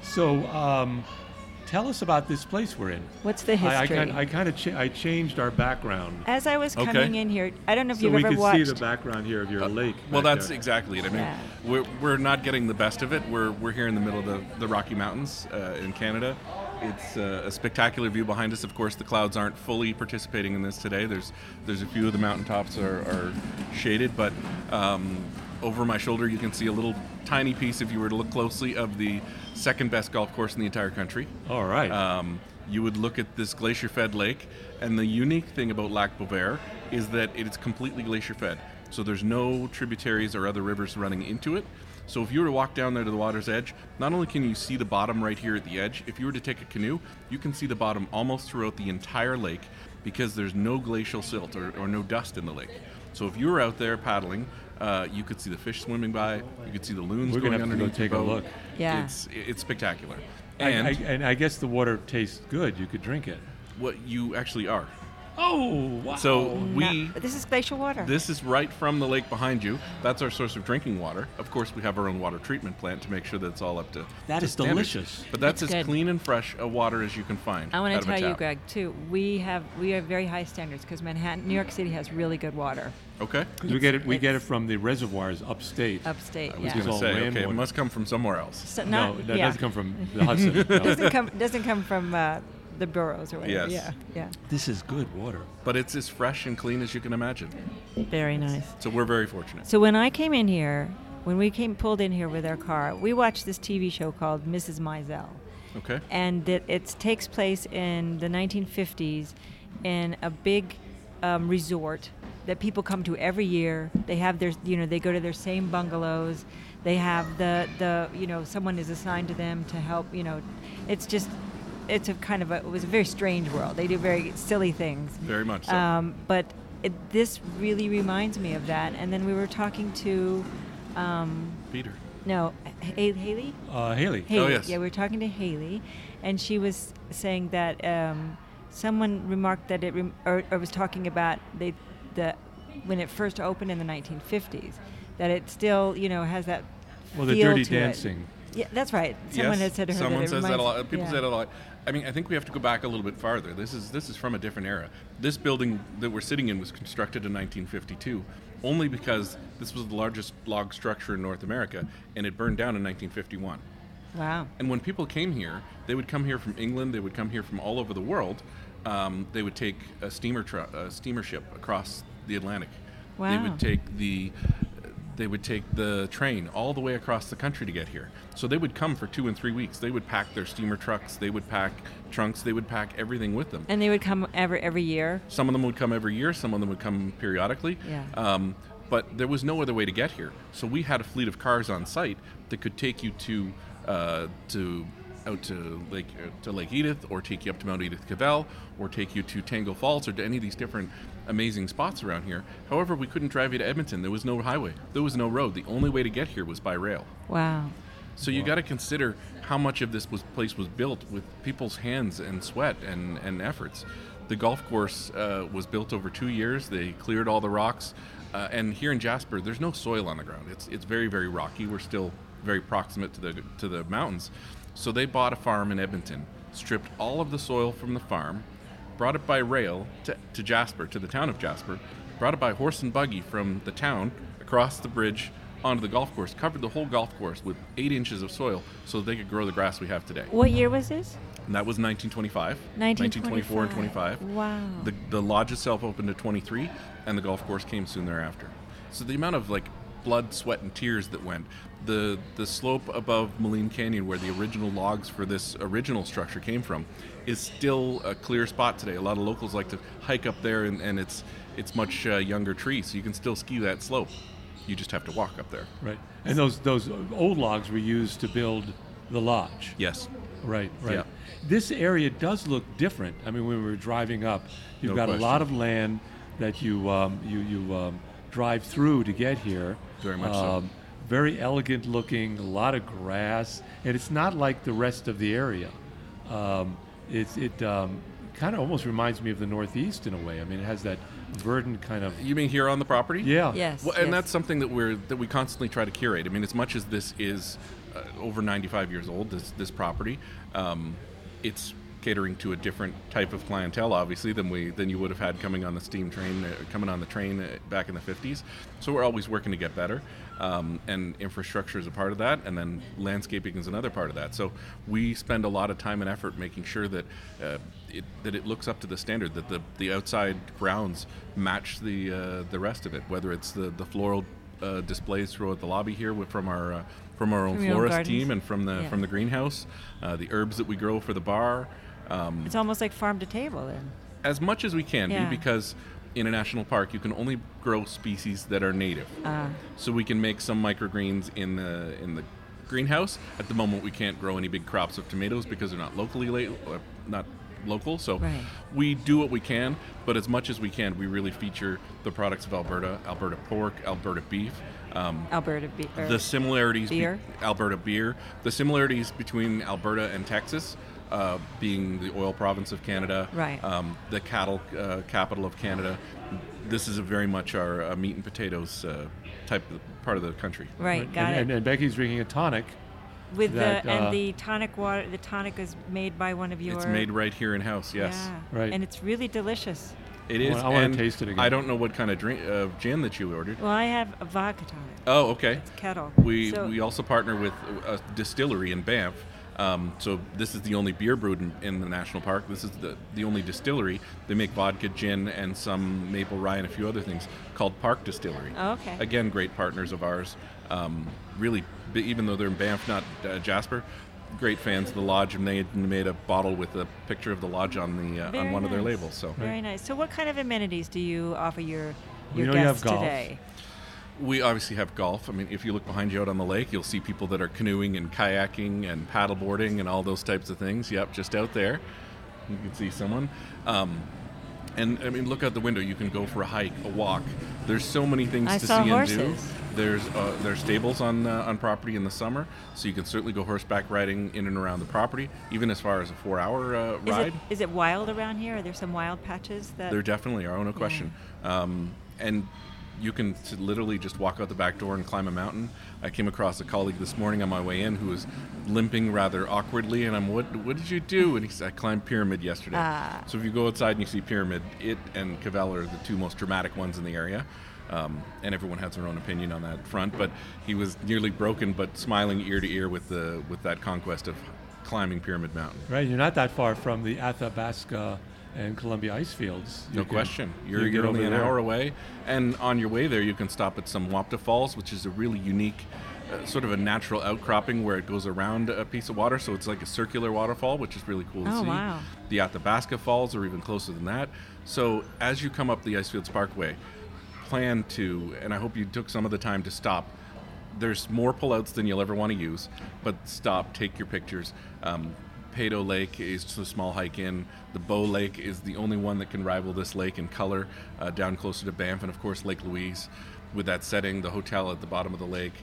Speaker 3: So, um, tell us about this place we're in.
Speaker 2: What's the
Speaker 3: I, I,
Speaker 2: history?
Speaker 3: kind, I kind of cha- I changed our background
Speaker 2: As I was
Speaker 5: Okay.
Speaker 2: coming in here, I don't know if
Speaker 3: so
Speaker 2: you've
Speaker 3: we
Speaker 2: ever
Speaker 3: could
Speaker 2: watched.
Speaker 3: see the background here of your lake.
Speaker 5: Well,
Speaker 3: back
Speaker 5: that's
Speaker 3: there.
Speaker 5: exactly it. I mean,
Speaker 2: Yeah.
Speaker 5: we're, we're not getting the best of it. We're, we're here in the middle of the, the Rocky Mountains uh, in Canada. It's uh, a spectacular view behind us. Of course, the clouds aren't fully participating in this today. There's there's a few of the mountaintops are, are shaded, but um, over my shoulder you can see a little tiny piece, if you were to look closely, of the second best golf course in the entire country.
Speaker 3: all right.
Speaker 5: Um, you would look at this glacier fed lake, and the unique thing about Lac Beauvert is that it is completely glacier fed. So there's no tributaries or other rivers running into it. So if you were to walk down there to the water's edge, not only can you see the bottom right here at the edge, if you were to take a canoe, you can see the bottom almost throughout the entire lake because there's no glacial silt or, or no dust in the lake. So if you were out there paddling, uh, you could see the fish swimming by, you could see the loons
Speaker 3: We're
Speaker 5: going
Speaker 3: gonna have to go
Speaker 5: underneath
Speaker 3: take a
Speaker 5: your
Speaker 3: look.
Speaker 5: boat.
Speaker 2: Yeah.
Speaker 5: It's, it's spectacular.
Speaker 3: and I, and I guess the water tastes good. You could drink it.
Speaker 5: what you actually are.
Speaker 3: Oh, wow.
Speaker 5: So we.
Speaker 2: Not- this is glacial water.
Speaker 5: This is right from the lake behind you. That's our source of drinking water. Of course, we have our own water treatment plant to make sure that it's all up to.
Speaker 3: That
Speaker 5: to
Speaker 3: is
Speaker 5: standards.
Speaker 3: delicious.
Speaker 5: But that's
Speaker 2: It's
Speaker 5: as
Speaker 2: good.
Speaker 5: clean and fresh a water as you can find.
Speaker 2: I
Speaker 5: out
Speaker 2: want to
Speaker 5: of a
Speaker 2: tell you,
Speaker 5: tap.
Speaker 2: Greg, too. We have we have very high standards because Manhattan, New York City has really good water
Speaker 5: Okay.
Speaker 3: we get it. We get it
Speaker 2: it's-
Speaker 3: from the reservoirs upstate.
Speaker 2: upstate.
Speaker 5: I was
Speaker 2: Yeah.
Speaker 3: It's
Speaker 5: going to
Speaker 3: all
Speaker 5: say, okay, it
Speaker 3: rainwater.
Speaker 5: must come from somewhere else.
Speaker 2: So
Speaker 3: no,
Speaker 2: not-
Speaker 3: that
Speaker 2: yeah.
Speaker 3: doesn't come from the Hudson. no.
Speaker 2: Doesn't come doesn't come from uh, the boroughs or whatever.
Speaker 5: Yes.
Speaker 2: Yeah.
Speaker 3: This is good water.
Speaker 5: But it's as fresh and clean as you can imagine.
Speaker 2: Yeah. Very nice.
Speaker 5: So we're very fortunate.
Speaker 2: So when I came in here, when we came pulled in here with our car, we watched this TV show called Mrs. Maisel,
Speaker 5: Okay.
Speaker 2: and it, it takes place in the 1950s in a big um, resort that people come to every year. They have their you know they go to their same bungalows. They have the the you know someone is assigned to them to help you know. It's just it's a kind of a, it was a very strange world. They do very silly things.
Speaker 5: Very much so.
Speaker 2: Um, but it, this really reminds me of that. And then we were talking to, um,
Speaker 5: Peter.
Speaker 2: no, H- Haley?
Speaker 3: Uh, Haley.
Speaker 2: Haley.
Speaker 5: Oh, yes.
Speaker 2: Yeah, we were talking to Haley, and she was saying that um, someone remarked that it, rem- or, or was talking about they, the, when it first opened in the 1950s, that it still, you know, has that.
Speaker 3: Well, the
Speaker 2: feel
Speaker 3: Dirty
Speaker 2: to it.
Speaker 3: Dancing.
Speaker 2: Yeah, that's right. Someone
Speaker 5: yes,
Speaker 2: had said to her
Speaker 5: someone
Speaker 2: that it
Speaker 5: says that a
Speaker 2: reminds-
Speaker 5: lot. People
Speaker 2: yeah.
Speaker 5: say that a lot. I mean, I think we have to go back a little bit farther. This is this is from a different era. This building that we're sitting in was constructed in 1952, only because this was the largest log structure in North America, and it burned down in 1951.
Speaker 2: Wow.
Speaker 5: And when people came here, they would come here from England, they would come here from all over the world. Um, they would take a steamer truck, a steamer ship across the Atlantic. They
Speaker 2: Wow.
Speaker 5: would take the they would take the train all the way across the country to get here. So they would come for 2 and 3 weeks. They would pack their steamer trucks, they would pack trunks, they would pack everything with them.
Speaker 2: And they would come every every year.
Speaker 5: Some of them would come every year, some of them would come periodically.
Speaker 2: Yeah.
Speaker 5: Um, but there was no other way to get here. So we had a fleet of cars on site that could take you to uh, to out to Lake uh, to Lake Edith, or take you up to Mount Edith Cavell, or take you to Tangle Falls, or to any of these different amazing spots around here. However, we couldn't drive you to Edmonton. There was no highway. There was no road. The only way to get here was by rail.
Speaker 2: Wow.
Speaker 5: So you got to consider how much of this was, place was built with people's hands and sweat and, and efforts. The golf course uh, was built over two years. They cleared all the rocks, uh, and here in Jasper, there's no soil on the ground. It's it's very very rocky. We're still very proximate to the to the mountains. So they bought a farm in Edmonton, stripped all of the soil from the farm, brought it by rail to, to Jasper, to the town of Jasper, brought it by horse and buggy from the town across the bridge onto the golf course, covered the whole golf course with eight inches of soil so they could grow the grass we have today.
Speaker 2: What year was this?
Speaker 5: And that was 1925,
Speaker 2: 1924
Speaker 5: 1924 and 25.
Speaker 2: Wow.
Speaker 5: The, the lodge itself opened at 23, and the golf course came soon thereafter. So the amount of like blood, sweat, and tears that went, the the slope above Moline Canyon where the original logs for this original structure came from, is still a clear spot today. A lot of locals like to hike up there, and, and it's it's much uh, younger trees, so you can still ski that slope. You just have to walk up there.
Speaker 3: Right. And those those old logs were used to build the lodge.
Speaker 5: Yes.
Speaker 3: Right, right.
Speaker 5: Yeah.
Speaker 3: This area does look different. I mean, when we were driving up, you've
Speaker 5: No
Speaker 3: got
Speaker 5: question.
Speaker 3: a lot of land that you um, you you um, drive through to get here. Um,
Speaker 5: Very much so.
Speaker 3: Very elegant looking, a lot of grass, and it's not like the rest of the area. Um, it's it um, kind of almost reminds me of the Northeast in a way. I mean, it has that verdant kind of
Speaker 5: You mean here on the property?
Speaker 3: yeah.
Speaker 2: Yes.
Speaker 5: Well, and
Speaker 2: yes.
Speaker 5: that's something that we're that we constantly try to curate. I mean, as much as this is uh, over 95 years old, this this property, um, it's catering to a different type of clientele, obviously, than we than you would have had coming on the steam train, uh, coming on the train uh, back in the 50s. So we're always working to get better, um, and infrastructure is a part of that, and then landscaping is another part of that. So we spend a lot of time and effort making sure that uh, it, that it looks up to the standard, that the, the outside grounds match the uh, the rest of it, whether it's the the floral uh, displays throughout the lobby here with, from our uh, from our own
Speaker 2: From your own
Speaker 5: florist
Speaker 2: gardens.
Speaker 5: team and from the
Speaker 2: Yeah.
Speaker 5: from the greenhouse, uh, the herbs that we grow for the bar, um,
Speaker 2: it's almost like farm to table then.
Speaker 5: as much as we can
Speaker 2: Yeah.
Speaker 5: be, because in a national park you can only grow species that are native.
Speaker 2: Ah.
Speaker 5: So we can make some microgreens in the in the greenhouse. At the moment, we can't grow any big crops of tomatoes because they're not locally la- uh, not local. So
Speaker 2: Right.
Speaker 5: we do what we can, but as much as we can, we really feature the products of Alberta, Alberta pork, Alberta beef. Um,
Speaker 2: Alberta beer.
Speaker 5: the similarities be-
Speaker 2: Beer.
Speaker 5: Alberta beer. The similarities between Alberta and Texas, uh, being the oil province of Canada,
Speaker 2: Right.
Speaker 5: Um, the cattle uh, capital of Canada. This is a very much our uh, meat and potatoes uh, type of, part of the country.
Speaker 2: right, got
Speaker 3: and,
Speaker 2: it.
Speaker 3: and, and Becky's drinking a tonic.
Speaker 2: With
Speaker 3: that,
Speaker 2: the and
Speaker 3: uh,
Speaker 2: the tonic water, the tonic is made by one of your.
Speaker 5: It's made right here in house. Yes.
Speaker 2: Yeah.
Speaker 3: Right.
Speaker 2: And it's really delicious.
Speaker 5: It
Speaker 3: I
Speaker 5: is.
Speaker 3: wanna- I wanna
Speaker 5: and
Speaker 3: taste it again.
Speaker 5: I don't know what kind of drink uh, gin that you ordered.
Speaker 2: Well, I have a vodka tonic.
Speaker 5: Oh, okay.
Speaker 2: It's kettle.
Speaker 5: We
Speaker 2: So-
Speaker 5: we also partner with a distillery in Banff. Um, so this is the only beer brewed in, in the national park. This is the the only distillery. They make vodka, gin, and some maple rye and a few other things called Park Distillery.
Speaker 2: Oh, okay.
Speaker 5: Again, great partners of ours. Um, really, b- even though they're in Banff, not uh, Jasper. Great fans of the lodge, and they had made a bottle with a picture of the lodge on the uh,
Speaker 2: Very
Speaker 5: on one of their
Speaker 2: nice.
Speaker 5: labels. So
Speaker 2: Very nice. So, what kind of amenities do you offer your
Speaker 3: We
Speaker 2: your
Speaker 3: know you have
Speaker 2: guests
Speaker 3: golf.
Speaker 2: today?
Speaker 5: We obviously have golf. I mean, if you look behind you out on the lake, you'll see people that are canoeing and kayaking and paddleboarding and all those types of things. Yep, just out there. You can see someone. Um, and I mean, look out the window. You can go for a hike, a walk. There's so many things
Speaker 2: I
Speaker 5: to
Speaker 2: saw
Speaker 5: see and do.
Speaker 2: horses.
Speaker 5: There's uh, there's stables on uh, on property in the summer, so you can certainly go horseback riding in and around the property, even as far as a four-hour uh,
Speaker 2: Is
Speaker 5: ride.
Speaker 2: it is it wild around here? Are there some wild patches that?
Speaker 5: There definitely are, oh, no question. Um, and you can t- literally just walk out the back door and climb a mountain. I came across a colleague this morning on my way in who was limping rather awkwardly, and I'm, what, what did you do? And he said, I climbed Pyramid yesterday. So if you go outside and you see Pyramid, it and Cavell are the two most dramatic ones in the area. Um, and everyone has their own opinion on that front, but he was nearly broken, but smiling ear to ear with the with that conquest of climbing Pyramid Mountain.
Speaker 3: Right, you're not that far from the Athabasca and Columbia ice fields. You
Speaker 5: No
Speaker 3: can-
Speaker 5: question.
Speaker 3: you
Speaker 5: You're,
Speaker 3: can
Speaker 5: you're
Speaker 3: get
Speaker 5: only
Speaker 3: over
Speaker 5: an
Speaker 3: there.
Speaker 5: hour away, and on your way there, you can stop at some Wapta Falls, which is a really unique, uh, sort of a natural outcropping where it goes around a piece of water, so it's like a circular waterfall, which is really cool to
Speaker 2: Oh,
Speaker 5: see.
Speaker 2: wow.
Speaker 5: The Athabasca Falls are even closer than that. So as you come up the Icefields Parkway, plan to, and I hope you took some of the time to stop. There's more pullouts than you'll ever want to use, but stop, take your pictures. Um, Pado Lake is just a small hike in. The Bow Lake is the only one that can rival this lake in color, uh, down closer to Banff, and of course Lake Louise, with that setting, the hotel at the bottom of the lake,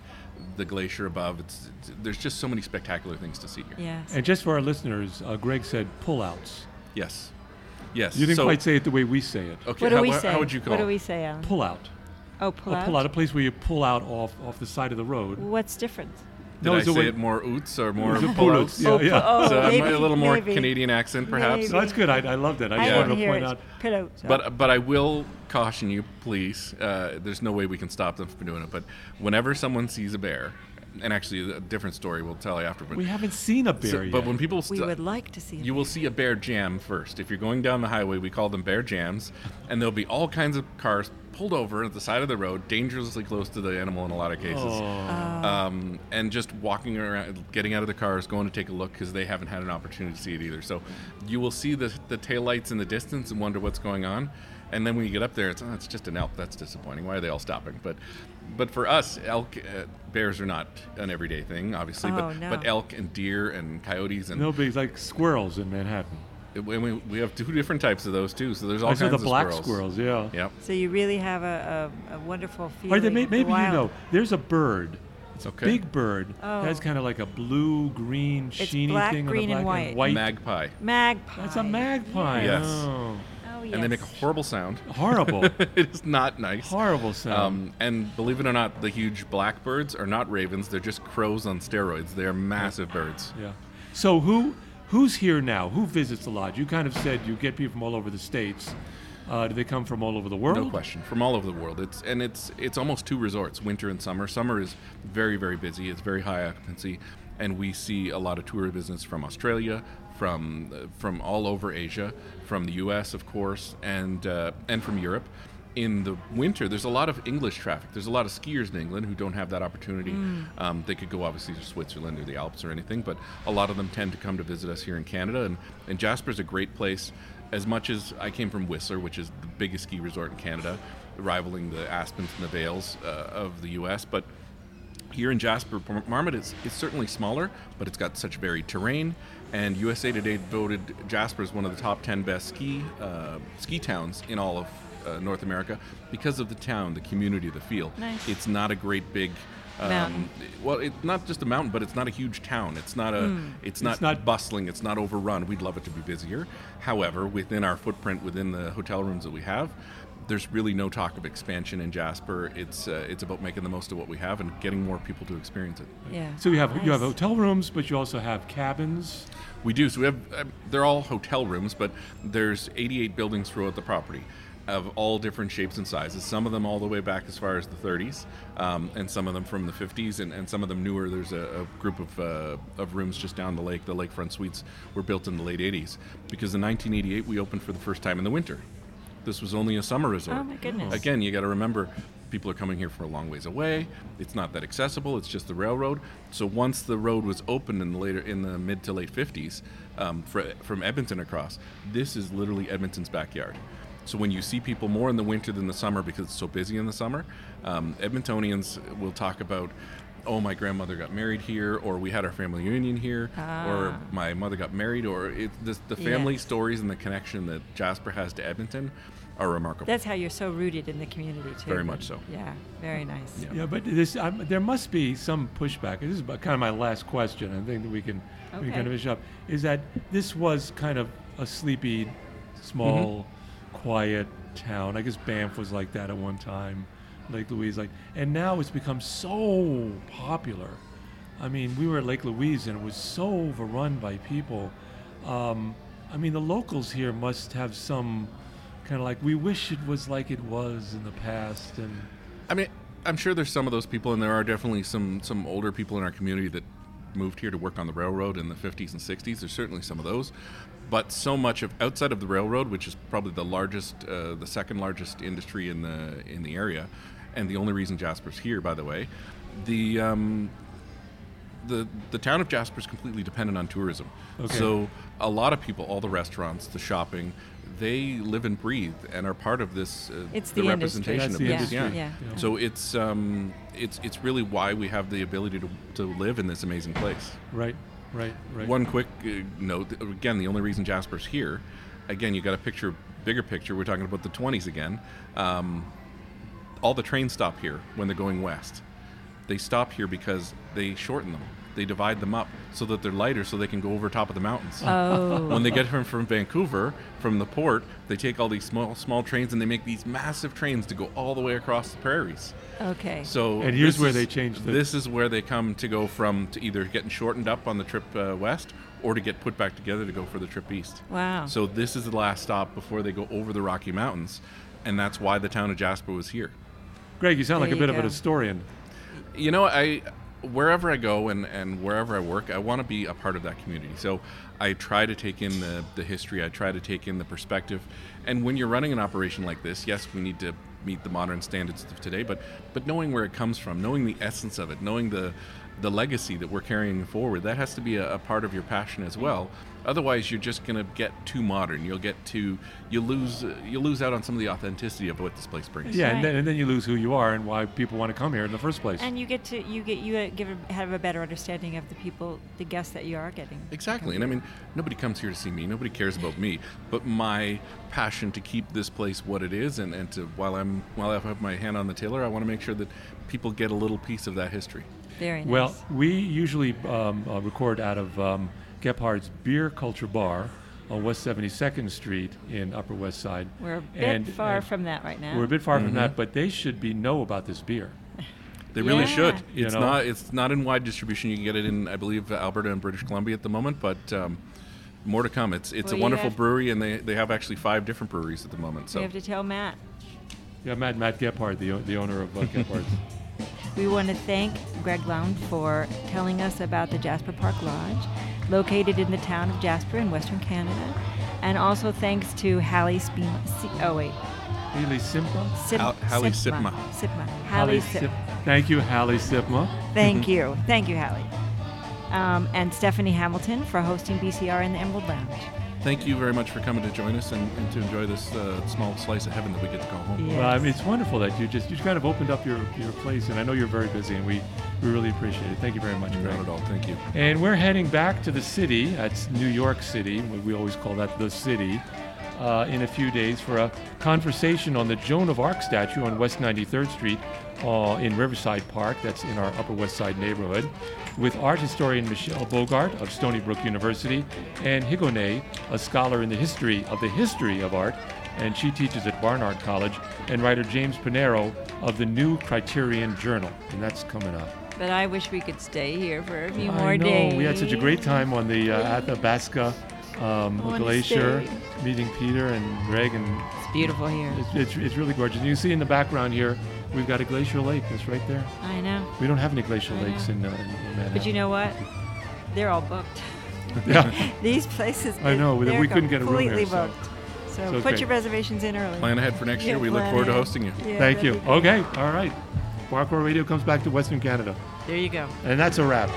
Speaker 5: the glacier above. It's, it's there's just so many spectacular things to see here.
Speaker 2: Yes.
Speaker 3: And just for our listeners, uh, Greg said pullouts.
Speaker 5: Yes, yes.
Speaker 3: You didn't
Speaker 5: so,
Speaker 3: quite say it the way we say it.
Speaker 5: Okay,
Speaker 2: What do
Speaker 5: how,
Speaker 2: we
Speaker 5: how-
Speaker 2: say?
Speaker 5: how would you call?
Speaker 2: What do
Speaker 5: it?
Speaker 2: we say, Alan?
Speaker 3: Pull out.
Speaker 2: Oh, pull
Speaker 3: A
Speaker 2: out.
Speaker 3: pull out, a place where you pull out off, off the side of the road.
Speaker 2: What's different?
Speaker 5: Did
Speaker 3: No,
Speaker 5: I
Speaker 3: it's a
Speaker 5: say
Speaker 3: way-
Speaker 5: it more oots or more
Speaker 3: It's a
Speaker 5: pullouts?
Speaker 3: pullouts, Yeah,
Speaker 2: oh,
Speaker 3: yeah.
Speaker 2: pu- oh,
Speaker 5: so I'm
Speaker 2: maybe,
Speaker 5: a little more
Speaker 2: maybe.
Speaker 5: Canadian accent, perhaps.
Speaker 2: Maybe.
Speaker 3: No, that's good. I, I love that. I
Speaker 2: I
Speaker 3: just
Speaker 5: Yeah.
Speaker 2: didn't
Speaker 3: wanted to
Speaker 2: hear
Speaker 3: point
Speaker 2: it.
Speaker 3: out.
Speaker 2: Pillow.
Speaker 5: But uh, but I will caution you, please. Uh, there's no way we can stop them from doing it. But whenever someone sees a bear, and actually a different story we'll tell you afterward.
Speaker 3: We haven't seen a bear
Speaker 5: So-
Speaker 3: yet.
Speaker 5: but when people
Speaker 2: we
Speaker 5: st-
Speaker 2: would like to see.
Speaker 5: you will see a bear jam first. If you're going down the highway, we call them bear jams, and there'll be all kinds of cars pulled over at the side of the road, dangerously close to the animal in a lot of cases. Um, and just walking around, getting out of the cars, going to take a look because they haven't had an opportunity to see it either. So you will see the, the taillights in the distance and wonder what's going on. And then when you get up there, it's, oh, it's just an elk. That's disappointing. Why are they all stopping? But but for us, elk, uh, bears are not an everyday thing, obviously.
Speaker 2: Oh,
Speaker 5: but,
Speaker 2: no.
Speaker 5: but elk and deer and coyotes and
Speaker 3: Nobody's like squirrels in Manhattan.
Speaker 5: we, we, we have two different types of those too. So there's all
Speaker 3: I
Speaker 5: kinds
Speaker 3: saw the
Speaker 5: of
Speaker 3: black
Speaker 5: squirrels.
Speaker 3: squirrels, yeah.
Speaker 5: Yep.
Speaker 2: so you really have a, a, a wonderful feeling.
Speaker 3: Or they may,
Speaker 2: of the
Speaker 3: maybe you
Speaker 2: wild.
Speaker 3: know, there's a bird. It's
Speaker 5: Okay.
Speaker 3: a big bird. It has
Speaker 2: Oh.
Speaker 3: kind of like a blue, green, sheeny
Speaker 2: black,
Speaker 3: thing
Speaker 2: green,
Speaker 3: on
Speaker 2: and
Speaker 3: the black
Speaker 2: white.
Speaker 5: Magpie.
Speaker 2: Magpie.
Speaker 3: That's a magpie.
Speaker 5: Yes.
Speaker 3: Oh.
Speaker 2: Oh, yes.
Speaker 5: And they make a horrible sound.
Speaker 3: Horrible,
Speaker 5: it is not nice.
Speaker 3: horrible sound.
Speaker 5: Um, and believe it or not, the huge blackbirds are not ravens. They're just crows on steroids. They are massive birds.
Speaker 3: yeah. So who who's here now? Who visits the lodge? You kind of said you get people from all over the states. Uh, do they come from all over the world?
Speaker 5: No question. From all over the world. It's and it's it's almost two resorts, winter and summer. Summer is very very busy. It's very high occupancy, and we see a lot of tour business from Australia, from uh, from all over Asia, from the U.S. of course, and uh, and from Europe. In the winter, there's a lot of English traffic. There's a lot of skiers in England who don't have that opportunity. Um, they could go obviously to Switzerland or the Alps or anything, but a lot of them tend to come to visit us here in Canada. And, and Jasper's a great place as much as I came from Whistler, which is the biggest ski resort in Canada, rivaling the Aspens and the Vales uh, of the U.S., but here in Jasper, Mar- Marmot is, is certainly smaller, but it's got such varied terrain. And USA Today voted Jasper as one of the top 10 best ski uh, ski towns in all of uh, North America because of the town, the community, the feel.
Speaker 2: Nice.
Speaker 5: It's not a great big um,
Speaker 2: Mountain.
Speaker 5: Well, it's not just a mountain, but it's not a huge town. It's not a. It's not,
Speaker 3: not-
Speaker 5: bustling. It's not overrun. We'd love it to be busier. However, within our footprint, within the hotel rooms that we have, there's really no talk of expansion in Jasper. It's uh, it's about making the most of what we have and getting more people to experience it.
Speaker 2: Yeah.
Speaker 3: So you have you have
Speaker 2: Nice.
Speaker 3: hotel rooms, but you also have cabins.
Speaker 5: We do. So we have. Um, they're all hotel rooms, but there's 88 buildings throughout the property, of all different shapes and sizes. Some of them all the way back as far as the 30s, um, and some of them from the 50s, and, and some of them newer. There's a, a group of uh, of rooms just down the lake. The lakefront suites were built in the late 80s because in 1988 we opened for the first time in the winter. This was only a summer resort.
Speaker 2: Oh, my goodness.
Speaker 5: Again, you got to remember, people are coming here from a long ways away. It's not that accessible. It's just the railroad. So once the road was opened in the later in the mid to late fifties, um, fr- from Edmonton across, this is literally Edmonton's backyard. So when you see people more in the winter than the summer because it's so busy in the summer, um, Edmontonians will talk about. Oh, my grandmother got married here, or we had our family reunion here, or my mother got married, or it, this, the family
Speaker 2: Yes.
Speaker 5: stories and the connection that Jasper has to Edmonton are remarkable.
Speaker 2: That's how you're so rooted in the community too.
Speaker 5: Very much so.
Speaker 2: Yeah. Very nice.
Speaker 5: Yeah.
Speaker 3: Yeah, but this i there must be some pushback. This is about- kind of my last question. I think that we can we can kind
Speaker 2: Okay.
Speaker 3: of finish up. Is that this was kind of a sleepy, small, quiet town. I guess Banff was like that at one time, Lake Louise like, and now it's become so popular. I mean, we were at Lake Louise and it was so overrun by people. Um, I mean, the locals here must have some
Speaker 6: kind of like we wish it was like it was in the past and
Speaker 5: I mean, I'm sure there's some of those people, and there are definitely some some older people in our community that moved here to work on the railroad in the 50s and 60s. There's certainly some of those, but so much of outside of the railroad, which is probably the largest, uh, the second largest industry in the in the area, and the only reason Jasper's here, by the way, the um, the the town of Jasper is completely dependent on tourism. So a lot of people, all the restaurants, the shopping, they live and breathe and are part of this. Uh,
Speaker 2: It's the industry.
Speaker 5: representation
Speaker 6: That's
Speaker 5: of
Speaker 6: the
Speaker 5: this.
Speaker 6: industry,
Speaker 2: yeah.
Speaker 6: yeah.
Speaker 5: So it's um, it's it's really why we have the ability to, to live in this amazing place.
Speaker 6: right right right
Speaker 5: One quick uh, note again, the only reason Jasper's here, again, you got a picture, bigger picture. We're talking about the 20s again. Um, all the trains stop here when they're going west. They stop here because they shorten them. They divide them up so that they're lighter, so they can go over top of the mountains.
Speaker 2: Oh.
Speaker 5: When they get from from Vancouver, from the port, they take all these small small trains and they make these massive trains to go all the way across the prairies.
Speaker 2: okay.
Speaker 5: So
Speaker 3: And here's
Speaker 5: this
Speaker 3: where
Speaker 5: is-
Speaker 3: they changed the-
Speaker 5: This is where they come to go from to either getting shortened up on the trip uh, west or to get put back together to go for the trip east.
Speaker 2: Wow.
Speaker 5: So this is the last stop before they go over the Rocky Mountains, and that's why the town of Jasper was here.
Speaker 3: Greg, you sound
Speaker 2: There
Speaker 3: like a
Speaker 2: you
Speaker 3: bit of an
Speaker 2: go.
Speaker 3: historian.
Speaker 5: You know, I wherever I go and, and wherever I work, I want to be a part of that community. So I try to take in the, the history, I try to take in the perspective. And when you're running an operation like this, yes, we need to meet the modern standards of today, but but knowing where it comes from, knowing the essence of it, knowing the the legacy that we're carrying forward, that has to be a, a part of your passion as well. Otherwise, you're just going to get too modern. You'll get too you lose you lose out on some of the authenticity of what this place brings.
Speaker 3: Yeah,
Speaker 2: right.
Speaker 3: and, then, and then you lose who you are and why people want to come here in the first place.
Speaker 2: And you get to you get you uh, give a, have a better understanding of the people, the guests that you are getting.
Speaker 5: Exactly. And I mean, nobody comes here to see me. Nobody cares about me. But my passion to keep this place what it is and, and to while I'm while I have my hand on the tiller, I want to make sure that people get a little piece of that history.
Speaker 2: Very nice.
Speaker 3: Well, we usually um, uh, record out of um, Gephardt's Beer Culture Bar on West 72nd Street in Upper West Side.
Speaker 2: we're a bit
Speaker 3: And-
Speaker 2: far
Speaker 3: and
Speaker 2: from that right now.
Speaker 3: We're a bit far from that, but they should be know about this beer.
Speaker 5: They really
Speaker 2: Yeah.
Speaker 5: should. It's
Speaker 3: You know?
Speaker 5: not it's not in wide distribution. You can get it in I believe Alberta and British Columbia at the moment, but um, more to come. It's it's
Speaker 2: Well,
Speaker 5: a
Speaker 2: you
Speaker 5: wonderful
Speaker 2: have-
Speaker 5: brewery and they, they have actually five different breweries at the moment.
Speaker 2: we
Speaker 5: So
Speaker 2: have to tell Matt.
Speaker 3: Yeah, Matt, Matt Gephardt, the, o- the owner of uh, Gephardt's.
Speaker 2: We want to thank Greg Lound for telling us about the Jasper Park Lodge, located in the town of Jasper in Western Canada. And also thanks to Hallie Spima. Si- oh, wait.
Speaker 3: Haley Simpa?
Speaker 2: Sim-
Speaker 5: Hal- Hallie Sipma.
Speaker 2: Sipma. Hallie Sip.
Speaker 3: Sip- Thank you, Hallie Sipma. Mm-hmm.
Speaker 2: Thank you. Thank you, Hallie. Um, and Stephanie Hamilton for hosting BCR in the Emerald Lounge.
Speaker 5: thank you very much for coming to join us and, and to enjoy this uh, small slice of heaven that we get to call home.
Speaker 2: Yes.
Speaker 3: Well, I mean, it's wonderful that you just you kind of opened up your, your place, and I know you're very busy, and we, we really appreciate it. Thank you very much, Greg.
Speaker 5: Not at all. Thank you.
Speaker 3: And we're heading back to the city. That's New York City. We we always call that the city. Uh, in a few days for a conversation on the Joan of Arc statue on West 93rd Street uh, in Riverside Park. That's in our Upper West Side neighborhood. With art historian Michelle Bogart of Stony Brook University and Higone, a scholar in the history of the history of art, and she teaches at Barnard College, and writer James Panero of the New Criterion Journal. And that's coming up.
Speaker 2: But I wish we could stay here for a few
Speaker 3: I
Speaker 2: more
Speaker 3: know.
Speaker 2: days.
Speaker 3: We had such a great time on the uh, Athabasca um,
Speaker 2: I wanna
Speaker 3: glacier,
Speaker 2: stay.
Speaker 3: meeting Peter and Greg, and
Speaker 2: It's beautiful here.
Speaker 3: it's, it's, it's really gorgeous. You can see in the background here, we've got a glacial lake that's right there.
Speaker 2: I know.
Speaker 3: We don't have any glacial
Speaker 2: I know.
Speaker 3: lakes in, uh, in in Manhattan.
Speaker 2: But you know what? They're all booked.
Speaker 3: yeah.
Speaker 2: These places.
Speaker 3: I know, we-
Speaker 2: They're
Speaker 3: we couldn't get a room here,
Speaker 2: completely
Speaker 3: so-
Speaker 2: booked. So,
Speaker 3: so
Speaker 2: put
Speaker 3: great.
Speaker 2: your reservations in early.
Speaker 5: Plan ahead for next year.
Speaker 2: Yeah,
Speaker 5: We look
Speaker 2: plan
Speaker 5: forward to
Speaker 2: ahead.
Speaker 5: hosting you.
Speaker 2: Yeah,
Speaker 3: Thank
Speaker 2: that'd
Speaker 3: you.
Speaker 2: be great.
Speaker 3: Okay. All right. Barcore Radio comes back to Western Canada,
Speaker 2: There you go.
Speaker 3: and that's a wrap.